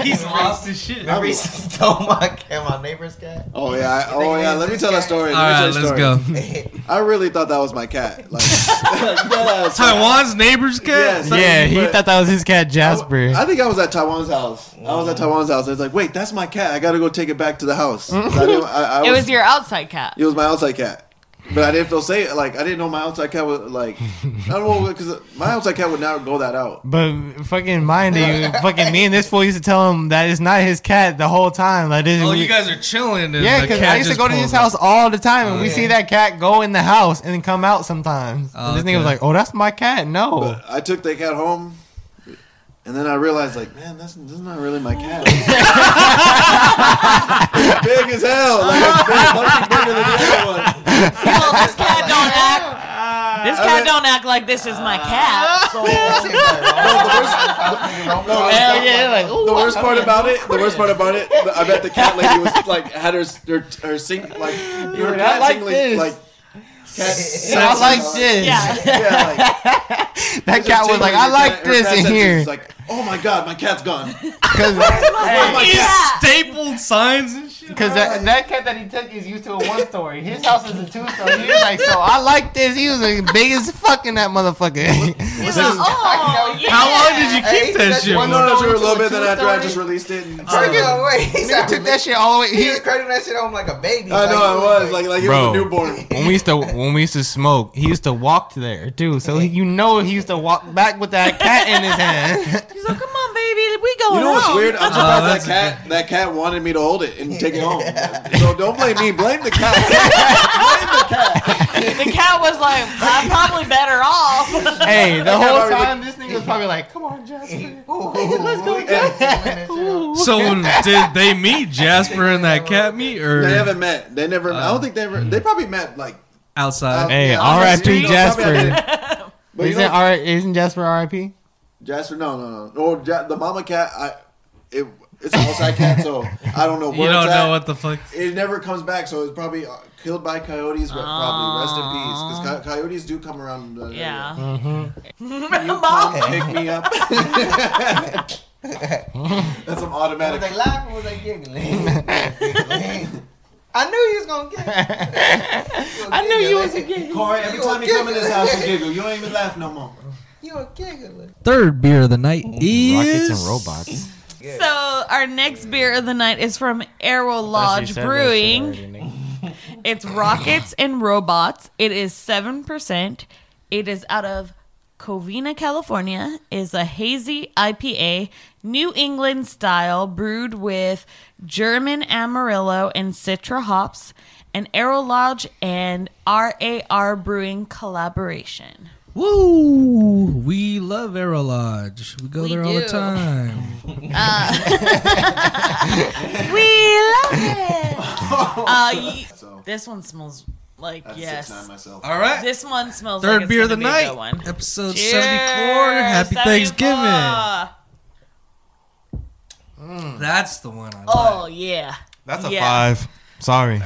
Dude,
he's lost his shit.
I recently stole my cat, my neighbor's cat.
Oh yeah, I, oh yeah. Let me tell a story. Let
All
me
right,
tell a
let's
story.
go.
I really thought that was my cat. Like, like dead ass.
Taiwan's neighbor's cat.
Yes.
yeah, he
But-
thought that was his cat Jasper.
I think I was at Taiwan's house. I was at Taiwan's house. It's like, wait, that's my cat. I gotta go take it back to the house. 'Cause I didn't- I- I
It was your outside cat.
It was my outside cat, but I didn't feel safe. Like I didn't know my outside cat was like. I don't know because my outside cat would not go that out.
but fucking mind you, fucking me and this fool used to tell him that it's not his cat the whole time. Like, this,
Oh,
we-
you guys are chilling. And
Yeah,
the
because
cat
I used to
just
go to his
pulls up.
house all the time, and we see that cat go in the house and then come out sometimes.
Oh,
and this nigga was
okay.
like, "Oh, that's my cat." No,
But I took the cat home, and then I realized, like, man, that's, this is not really my cat. it's big as hell. Like, it's big, much bigger than the other one.
Well, this cat don't act. This
I
cat
mean-
don't act like this is my cat. So
Oh, hell yeah, like
The worst part about it, the worst part about it, I bet the cat lady was like had her her, her sing like her
not
cat
like
singling
this.
like
I like this.
Yeah.
Yeah, like,
That cat was like, I like this in here.
It's like, oh my god, my cat's gone.
'Cause-
Where's my cat?
Stapled signs and shit.
Cause that, that cat that he took is used to a one story. His house is a two story. He was like, so I like this. He was the biggest fucking that motherfucker.
He's like, oh, yeah.
How long did you keep
Hey,
that
that's
shit?
One
for?
dollar for a
Going to
little
a
bit, then after I
two-story.
just released it. And,
Took it away. He
Nigga took that shit all the way.
He
He,
was cradling that shit home like a baby.
I know it was like like it
Bro.
was a newborn.
when we used to when we used to smoke, he used to walk there too. So he, you know he used to walk back with that cat in his hand.
He's like, come on, baby, we going
You know what's
home.
weird? I'm
Oh,
surprised
that's
that cat that cat wanted me to hold it and take it home. So don't blame me, blame the cat.
The cat was like, I'm probably better off.
hey, the
cat
whole
already looked-
time this nigga was probably like, "Come on, Jasper."
Let's go.
So did they meet Jasper and that cat meet or
They haven't met. They never. I don't think they ever. They probably met like.
Uh,
outside?
out-
Hey,
yeah, on the
RIP
street. No, probably I
Jasper.
didn't. But you
Isn't
know,
R- isn't Jasper R.I.P.
Jasper, no, no, no. Or ja- the mama cat. I, it, it's an outside cat, so I don't know where
you
it's
don't
at.
know what the fuck.
It never comes back, so it's probably uh, killed by coyotes. But probably rest in peace, because co- coyotes do come around. The
Ah. Yeah.
Uh-huh.
Come
Mom,
pick me up. That's some
Was
automatic.
they laughing? or Was they giggling? I knew you was gonna get. I knew you was a giggling.
Corey, every time you come in this house, you giggle. You don't even laugh no more.
You a giggling.
Third beer of the night
Rockets
is
and robots.
So our next beer of the night is from Arrow Lodge Brewing. It's Rockets and Robots. It is seven percent. It is out of Covina, California. Is a hazy IPA, New England style, brewed with German Amarillo and Citra hops. An Arrow Lodge and RAR Brewing collaboration.
Woo! We love Arrow Lodge. We go
We
there all the
do.
time.
We love it. uh, y-
So
this one smells like
that's
yes.
six nine myself.
All right.
This one smells
Third
like
beer of
it's
the
gonna be a
night.
good one.
Episode
Cheers,
74. Happy
74.
Thanksgiving. That's the one I like.
Oh yeah.
That's
a Yeah.
five. Sorry,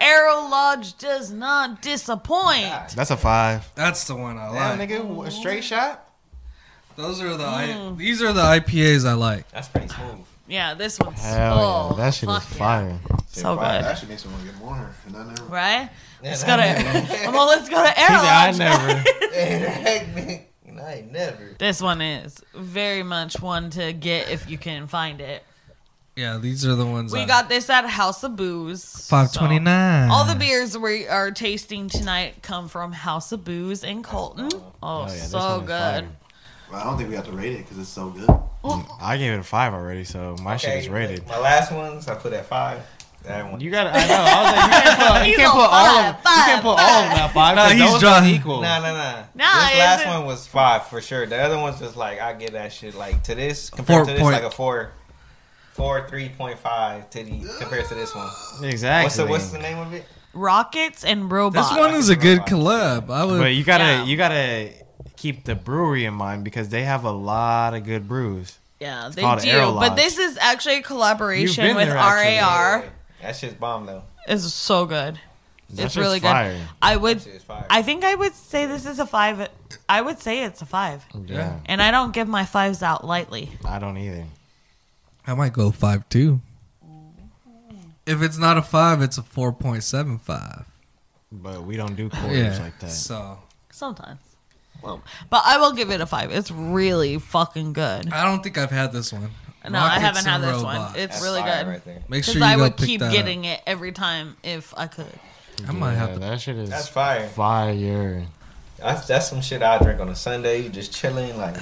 Arrow Lodge does not disappoint.
that's a five.
That's the one I
Damn,
like.
nigga, a straight shot.
Those are the I,
Hmm.
these are the IPAs I like.
That's pretty smooth.
Yeah, this one's
Hell
oh,
yeah, that shit is
fuck yeah.
fire.
So
Wow,
good.
That actually makes me want to get more. And I never.
Right? Let's go to well, let's go to Arrow
He's like, I
Lodge.
never.
I ain't never.
This one is very much one to get if you can find it.
Yeah, these are the ones
We
I
got this at House of Booze.
Five twenty nine.
All the beers we are tasting tonight come from House of Booze in Colton. Oh,
this
so
one is
good.
fire.
Well, I don't think we have to rate it because it's so good.
I gave it a five already, so my shit is rated.
My last ones I put at five. That one.
You gotta, I know. I was like, you
He's
can't put,
on
you can't put all
five,
of, you can't put all of them at five.
No,
'cause
he's
those ones
drunk.
Equal.
Nah, nah, nah.
Nah,
this last
it's-
one was five for sure. The other one's just like I get that shit like to this compared
Four
to this
point-
like a four, four three point five to the compared to this one.
Exactly.
What's the what's the name of it?
Rockets and robots.
This one is a good collab. I would
But you gotta,
Yeah.
you gotta keep the brewery in mind because they have a lot of good brews.
yeah, they
called
do.
Aerolodge.
But this is actually a
You've
collaboration
been
with
there, actually.
RAR.
That shit's bomb though.
It's so good.
That
it's
shit's
really
fire.
good. I would.
That shit's fire.
I think I would say this is a five. I would say it's a five,
Yeah.
and I don't give my fives out lightly.
I don't either.
I might go five two. If it's not a five, it's a four point seven five.
But we don't do quarters
Yeah,
like that.
so
Sometimes. Well, but I will give it a five. It's really fucking good.
I don't think I've had this one.
No, I
Rockets
haven't had
and
this
Robots.
one. It's
That's
really
fire
good.
right there.
Make
Because
sure you
I
go
would
pick
keep
that up.
getting it every time if I could.
I might have
Yeah,
to.
that shit is
That's fire.
Fire.
That's that's some shit I drink on a Sunday. You just chilling like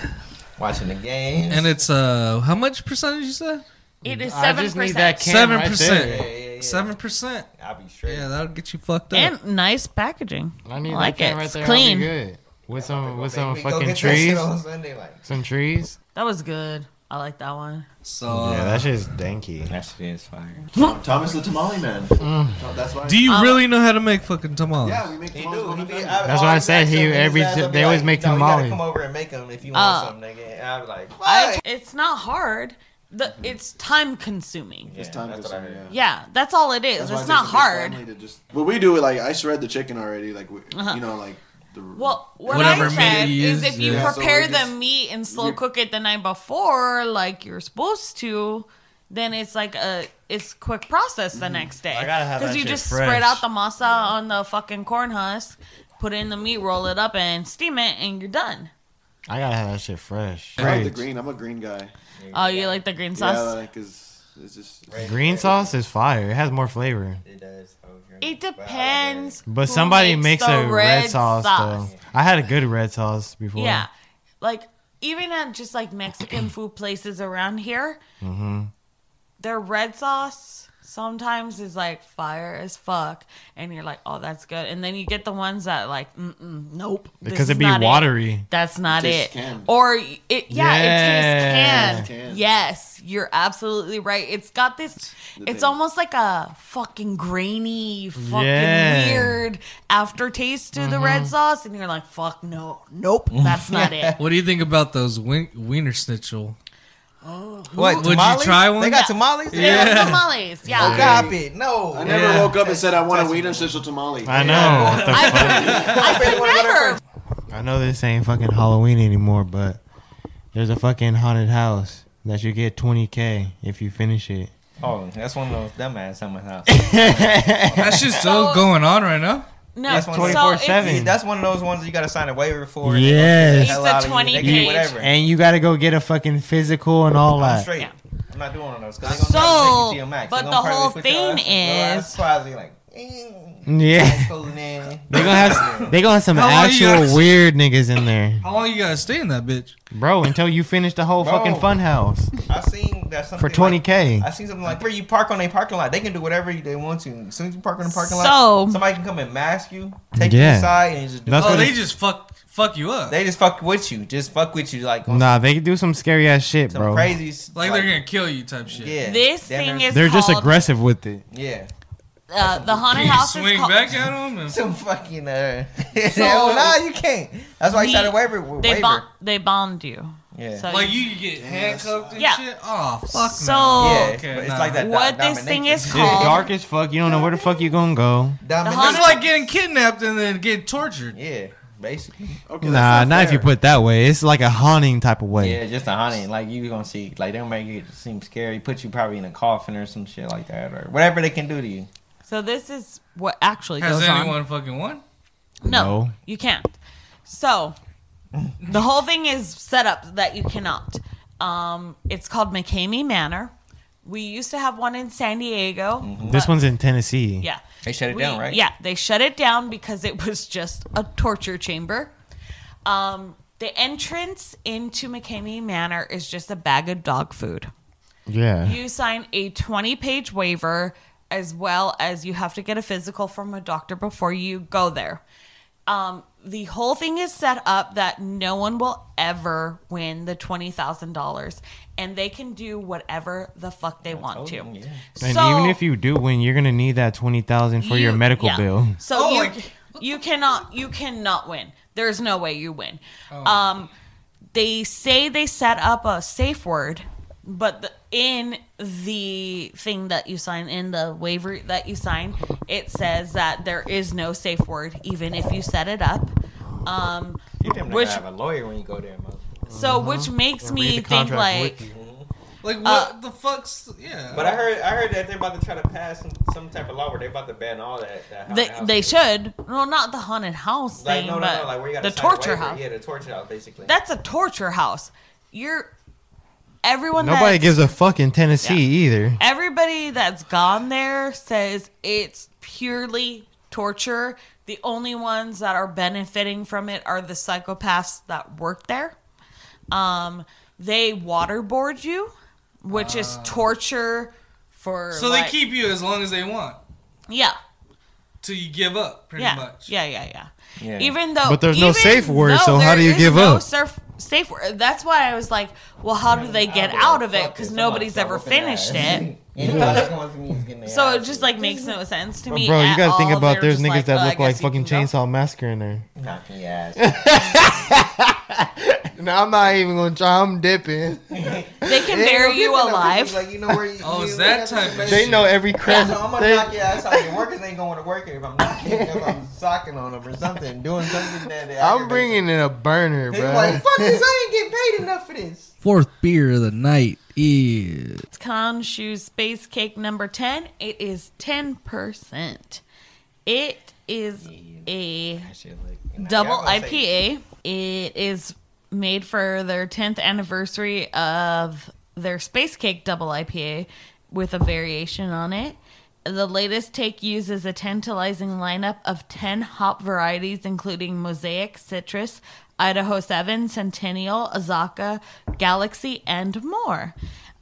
watching the games.
And it's uh, how much percentage you said?
It is
I
seven
just need that
percent
can
Seven
right
percent.
there.
yeah, yeah, yeah.
Seven percent.
I'll be straight.
Yeah, that'll get you fucked up.
and nice packaging.
I need
I like
that can
it.
right
It's
there.
clean.
I'll be good. With some, with some
We go
fucking
get that shit
trees,
on Sunday, like,
some trees.
That was good. I like that one.
so, uh,
yeah, that shit is danky.
That shit is fire.
Thomas the Tamale Man. Oh, That's why.
Mm. do you really know how to make fucking tamales?
yeah, we make
He
tamales
do.
all
He
the
be,
time.
I
That's why I
always
said
ask
he-
him, his
every
ass,
t-
I'll be
they
like,
always make
no, you gotta
tamale."
Come over and make them if you
Uh,
want something, nigga. And I was like,
I-
"Fuck."
it's not hard. The, it's time consuming.
Yeah,
Yeah.
it's
time
that's what I
consuming,
heard.
that's all it is.
That's
it's
why it takes
not
a big
hard. Uh-huh.
family to just- But we do it like I shred the chicken already. Like we, you know, like the
Well, what
Whatever
I
meat
said
you
is
use,
if you
yeah.
prepare
So we just-
the meat and slow
we-
cook it the night before, like you're supposed to, then it's like a it's quick process the next day.
I gotta have that
you
shit
just
fresh.
spread out the masa on the fucking corn husk, put in the meat, roll it up, and steam it, and you're done.
I gotta have that shit fresh.
I like the green. I'm a green guy.
Oh, you like the green
Yeah,
sauce?
like cause it's just
Green sauce is fire. It has more flavor.
It does.
Oh,
I was drinking.
it depends.
But
who
somebody makes,
the
a red, sauce, though. I had a good red sauce before.
Yeah. Like even at just like Mexican food places around here,
Mm-hmm.
their red sauce sometimes is like fire as fuck and you're like, "Oh, that's good." And then you get the ones that like, Mm-mm, "Nope." this
Because
is
it'd be
not
watery.
That's not
It
it.
tastes canned.
Or y- it yeah,
Yeah.
it tastes canned.
Canned.
Yes, you're absolutely right. It's got this
The
it's
thing.
almost like a fucking grainy, fucking
Yeah.
weird aftertaste to the red sauce and you're like, "Fuck no. Nope, that's not it."
What do you think about those wien- wiener schnitzel?
Oh.
What?
Would you
tamales?
try one?
They got tamales.
They
Yeah.
have tamales. Yeah.
Oh, cop it. No.
I never
Yeah.
woke up and said I want a wiener schnitzel tamale.
I know. what the
I,
fuck?
I could never.
I know this ain't fucking Halloween anymore, but there's a fucking haunted house that you get 20k if you finish it.
Oh, that's one of those dumbass at my house.
That shit's still
So-
going on right now.
No,
That's
so
24/7.
it's-
Yeah, that's one of those ones you gotta sign a waiver for. and
Yes.
they gonna get the hell
It's a
out of you. They
20
can do
page.
whatever.
And you gotta go get a fucking physical and all
I'm
that.
straight.
Yeah.
I'm not doing one of those. 'cause they
So,
gonna try to take you to your max. They
but
gonna
the
probably
whole
put your
thing
ass-
is-
your ass probably like, eh,
Yeah.
it's closing in.
They gonna have they gonna have some
How long you
actual
guys-
weird niggas in there,
How long you gotta stay in that bitch?
bro. Until you finish the whole
Bro.
fucking fun house
I seen that something
for
like-
20k.
I seen something like where you park on a parking lot. They can do whatever they want to. As soon as you park in the parking
So-
lot, somebody can come and mask you, take you
Yeah.
inside, and just do.
That's
Oh,
what
they
it-
just fuck fuck you up.
They just fuck with you. Just fuck with you like on
Nah, they do some scary ass shit,
some
bro.
crazy. s-
like, they're gonna kill you type shit.
Yeah.
This
Damn
thing
near-
is
They're just
called-
aggressive with it.
Yeah.
Uh, the haunted
You
house
swing
is called,
back at them. And,
Some fucking uh. Hell nah, you can't. That's why you
We-
said a waiver. wa-
they
waiver.
bond they bond you.
yeah.
So
like you could get handcuffed and
Yeah.
shit. Oh fuck
So-
no.
yeah.
okay,
but it's
nah.
like that.
What
do-
this thing
domination.
is
Yeah.
It's
called-
dark as fuck. You don't know where the fuck you gonna go.
Domination.
um,
It's like getting kidnapped and then getting tortured.
Yeah, basically.
Okay,
Nah,
that's
not if you
fair.
put it that way. It's like a haunting type of way.
Yeah, just a honey. Like you gonna see, like they'll make it seem scary. Put you probably in a coffin or some shit like that, or whatever they can do to you.
so this is what actually
Has
goes
anyone fucking won?
on. No,
No.
you can't. So the whole thing is set up that you cannot. Um, it's called McCamey Manor. We used to have one in San Diego.
This one's in Tennessee.
Yeah.
They shut it
We-
down, right?
Yeah, they shut it down because it was just a torture chamber. Um, the entrance into McCamey Manor is just a bag of dog food.
Yeah.
You sign a 20 page waiver, as well as you have to get a physical from a doctor before you go there. Um, the whole thing is set up that no one will ever win the $20,000 and they can do whatever the fuck they want to.
yeah.
And
So-
even if you do win, you're gonna need that twenty thousand for your
you-
medical
yeah.
bill.
So
Oh,
you
like-
you cannot you cannot win. There's no way you win.
Oh.
Um, they say they set up a safe word, but the, in the thing that you sign in the waiver that you sign, it says that there is no safe word even if you set it up. Um,
You damn
Which-
Which, have a lawyer when you go there, mother.
so which makes
Uh-huh. Read
me
the
think
contract
like
with you.
Like what
Uh,
the fuck's? Yeah.
But I heard, I heard that they're about to try to pass some, some type of law where they're about to ban all that. that haunted
they,
house
they
shit.
should. Well, not the haunted house
Like
thing,
no, no,
but
no, like where you got
the torture house.
Yeah, the torture house, basically.
That's a torture house. You're everyone.
Nobody
that's-
gives a fuck in Tennessee either.
Everybody that's gone there says it's purely torture. The only ones that are benefiting from it are the psychopaths that work there. Um, they waterboard you, which
Ah.
is torture for.
so
like-
they keep you as long as they want
Yeah.
till you give up, pretty
Yeah.
much.
Yeah. Yeah. Yeah.
yeah.
Even though,
But there's no
even
safe word,
though
so how
there
do you
is
give
no
up?
surf- safe word. That's why I was like, well, how do they get
I'll be
out
like,
of it?
fuck
Because
this, I'm
nobody's
about to
ever
start whooping
finished
ass.
it.
Anybody that wants me is getting their
So it
ass
just
whooped.
like makes no sense to
Bro,
me.
you
at
gotta think
all.
about
They're
there's
just
niggas that
"Well, I
look like
guess you
fucking
can go."
Chainsaw Massacre in there.
Knock your ass.
No, I'm not even gonna try. I'm dipping.
They can bury you alive.
Like you know where you.
Oh,
you
it's that
have to
type of
make-
shit.
They know every crest.
So I'm gonna
they-
knock your ass out. Your workers ain't going to work if I'm knocking, if I'm socking on them or something, doing something that. that
I'm
aggravates
bringing in a burner,
them. They like,
bro.
fuck this. I ain't getting paid enough for this.
Fourth beer of the night is
It's Con Shoes Space Cake number 10. It is 10%. It is a
That shit like you know,
double
y'all gonna say-
IPA. It is made for their 10th anniversary of their Space Cake double IPA with a variation on it. The latest take uses a tantalizing lineup of 10 hop varieties, including Mosaic, Citrus, Idaho 7, Centennial, Azaka, Galaxy, and more.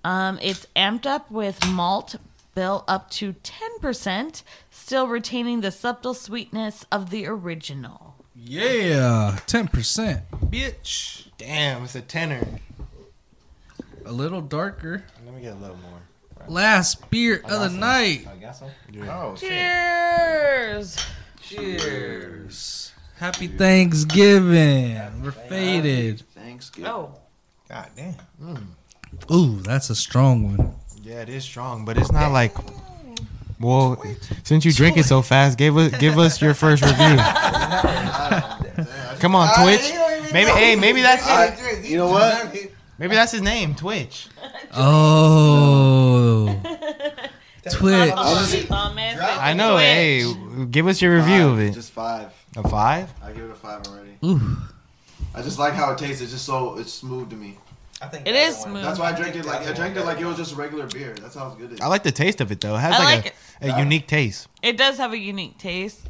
Um, it's amped up with malt, bill up to 10%, still retaining the subtle sweetness of the original.
yeah, ten percent, bitch.
Damn, it's a tenner.
A little darker.
Let me get a little more.
Last beer of the night.
I got some.
Oh shit.
Cheers!
Cheers. Happy Thanksgiving. We're faded.
Thanksgiving.
Oh,
God damn.
Ooh, that's a strong one.
Yeah, it is strong, but it's not like. Well, since you drink it so fast, give us give us your first review. Come on, Twitch. Maybe hey, maybe that's it.
I, you know what?
Maybe that's his name, Twitch.
Oh. Twitch.
Thomas.
I know. Hey, give us your review of
Five,
it.
Just five.
A five?
I give it a five already.
Ooh.
I just like how it tastes. It's just so it's smooth to me.
I think
It
the other
is
one-
smooth.
That's why I drank it like I drank it like it was just regular beer. That's how good it is.
I like the taste of it though. It has
I
like,
like
a, a unique taste.
It does have a unique taste.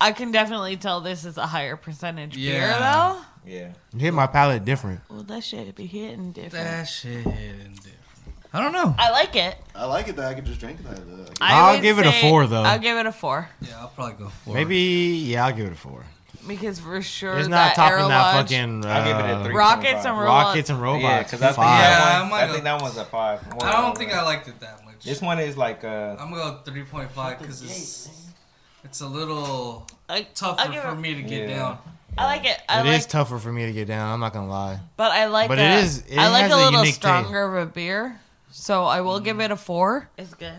I can definitely tell this is a higher percentage beer,
Yeah.
though.
Yeah.
It hit my palate different.
Well, that shit be hitting different.
That shit hitting different. I don't know.
I like it.
I like it that I could just drink that. Uh, like-
I
I'll
would
give it a
say-
four, though.
I'll give it a four
Yeah, I'll probably go for
Maybe yeah, I'll give it a four.
because for sure
It's not
that
topping that
Aerolodge-
fucking. Uh,
I'll give it a three.
rockets and
Rockets
rockets.
and
Yeah,
robots.
because I think
five.
Yeah, I
that one.
might
I
go-
think that one's a five. More
I don't
or
think
less.
I liked it that much.
This one is like uh.
I'm going to go 3.5 because it's, it's a little
I, I'll
tougher
give
for
it,
me to get
Yeah.
down.
I like it. I
It
like,
is tougher for me to get down. I'm not gonna lie.
but I like.
but it
a,
is- it
I like
has a
a little
unique taste.
stronger of a beer, so I will give it a four. It's good.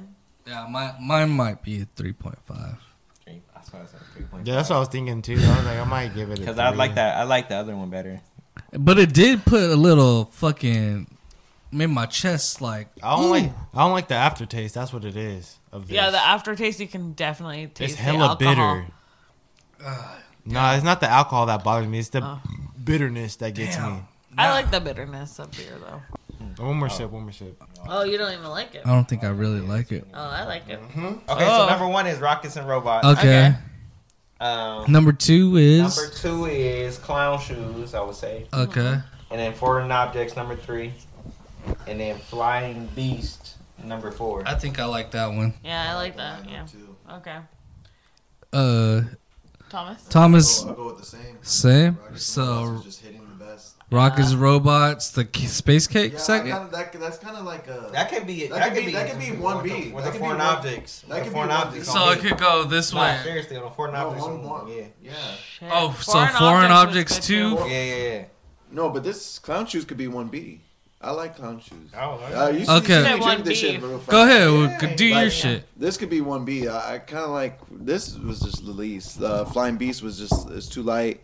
Yeah, my, mine might be a 3.5.
Three, that's why I said three point.
Yeah, that's what I was thinking too. I was like, I might give it a
Because I
three.
like that. I like the other one better.
But it did put a little fucking made my chest like
I don't like. I don't like the aftertaste. That's what it is. Of this.
Mm. Yeah, the aftertaste you can definitely taste.
it's
the
hella
alcohol.
bitter. No, it's not the alcohol that bothers me. It's the
Oh.
bitterness that gets
Damn.
me.
I like the bitterness of beer though.
One more sip. One more sip.
Oh, you don't even like it.
I don't think I really like it.
Oh, I like it.
Mm-hmm.
Okay,
Oh.
so number one is rockets and robots.
Okay.
Okay.
Um,
Number two is
number two is clown shoes. I would say,
okay.
and then foreign objects. Number three, and then flying beast. Number four.
I think I like that one.
Yeah, I like
the
that.
lineup,
Yeah.
too.
Okay.
Uh,
Thomas.
Thomas
So I'll go with the same.
Same?
Rockets and
So-
Robots was just hitting the best.
Rockets Robots the K- Space Cake
Yeah,
second.
I kinda, that, that's kind of like a.
That could be.
That could be- that could be one
with the-
B.
with
That
the
could be
foreign
one-
objects.
that
with the
could be
foreign
one
objects.
B.
so it could go this
No,
way.
seriously, on the foreign
no,
objects.
one
on-
more.
Yeah.
Yeah.
Shit.
Oh, so foreign objects
was good,
too.
Yeah, yeah,
No, but this clown shoes could be one B. I like clown shoes.
yeah. Oh,
Uh, you
Okay.
okay.
Said
one
drink this
B.
shit real fast.
Go ahead, well, g- do your
Like-
shit.
This could be one B. I, I kind of like this was just the least. Uh, Flying Beast was just it's too light,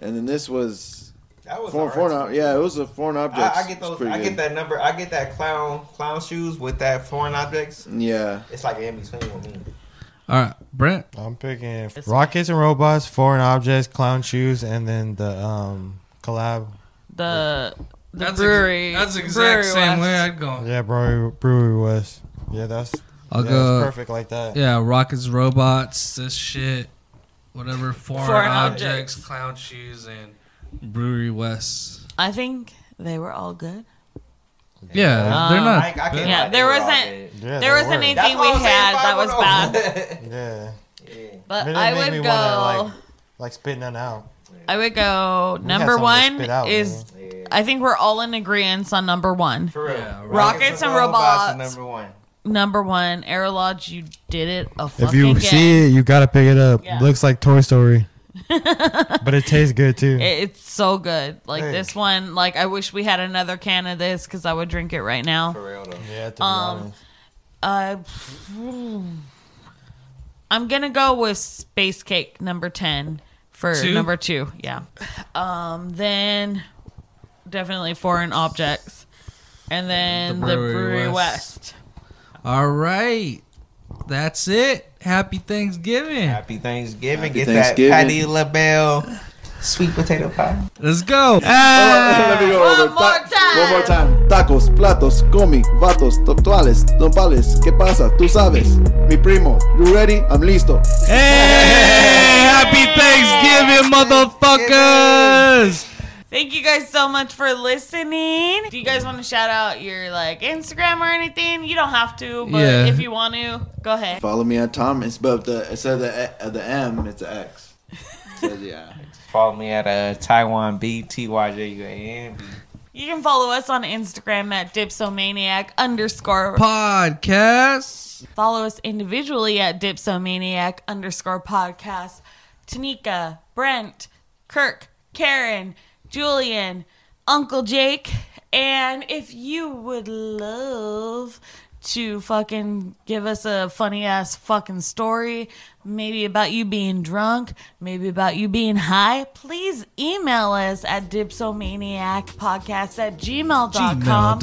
and then this was
that was
foreign,
alright.
foreign ob- Yeah, it was a foreign object.
I, I get those. I get that number. I get that clown clown shoes with that foreign objects.
Yeah,
It's like in between with me.
All right, Brent.
I'm picking
This
rockets and robots, foreign objects, clown shoes, and then the um collab.
The the
That's
brewery.
Ex- that's the exact
brewery
same
was-
way I'd go.
Yeah, brewery, brewery West. Yeah, that's
I'll
yeah,
go.
it's perfect like that.
Yeah, rockets, robots, this shit, whatever foreign,
Foreign
objects,
objects.
clown shoes, and Brewery West.
I think they were all good.
Yeah,
Yeah.
they're
Um,
not.
I, I can't
bad.
Yeah,
lie, they
there
were all
wasn't-
good.
Yeah,
there
they
wasn't
were.
anything
That's why
we
I'm saying
had
five
that was
on
bad.
all.
Yeah,
Yeah.
But
It didn't
I
make me
would go.
wanna, like, like spit none out.
I would go.
had
Number
something to
one
spit out,
is.
Yeah.
I think we're all in agreement on number one.
For real.
Yeah, Rockets
Rockets and
is
robots.
number one.
Number one, Aerolodge, you did it a fucking
If you
game.
see it, you gotta pick it up.
Yeah.
Looks like Toy Story. but it tastes good too.
It- It's so good. Like
Hey.
this one, like I wish we had another can of this because I would drink it right now.
For real though.
yeah, to be
Um, uh, mm. I'm gonna go with space cake number ten for
Two?
number two. Yeah. Um, then definitely foreign objects, and then the Brewery, West.
All right. That's it. Happy Thanksgiving.
Happy Thanksgiving.
Happy
Get
Thanksgiving.
that Patty LaBelle sweet potato pie.
Let's go.
Let me go
One
over.
more time.
One more time. Tacos, platos, comi, vatos, totales, nopales. ¿Qué pasa? Tú sabes. Mi primo. You ready? I'm listo.
Hey, happy Thanksgiving, motherfuckers!
Thank you guys so much for listening. Do you guys want to shout out your like Instagram or anything? You don't have to, but
Yeah.
if you want to, go ahead.
Follow me on Thomas, but the instead of the, of the M, it's a X. Says, yeah.
Follow me at uh, Taiwan B T Y J U A N B.
You can follow us on Instagram at dipsomaniac underscore.
Podcast.
Follow us individually at dipsomaniac underscore podcast. Tanika, Brent, Kirk, Karen, Julian, Uncle Jake. And if you would love to fucking give us a funny ass fucking story, maybe about you being drunk, maybe about you being high, please email us at dipsomaniacpodcast at gmail.com.
Gmail.com.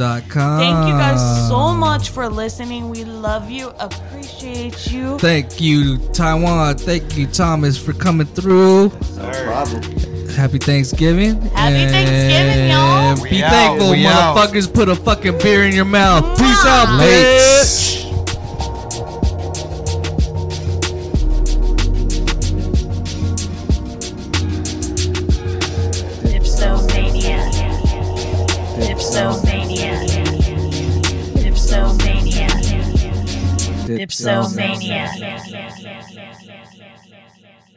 Thank you guys so much for listening. We love you, appreciate you.
Thank you, Taiwan. Thank you, Thomas, for coming through.
No problem.
Happy Thanksgiving.
Happy Thanksgiving, y'all.
And Be
We out,
thankful,
we out.
motherfuckers. Put a fucking beer in your mouth. Peace out,
honest.
bitch.
Dipsomania. Dipsomania. Dipsomania. Dipsomania. Dipsomania.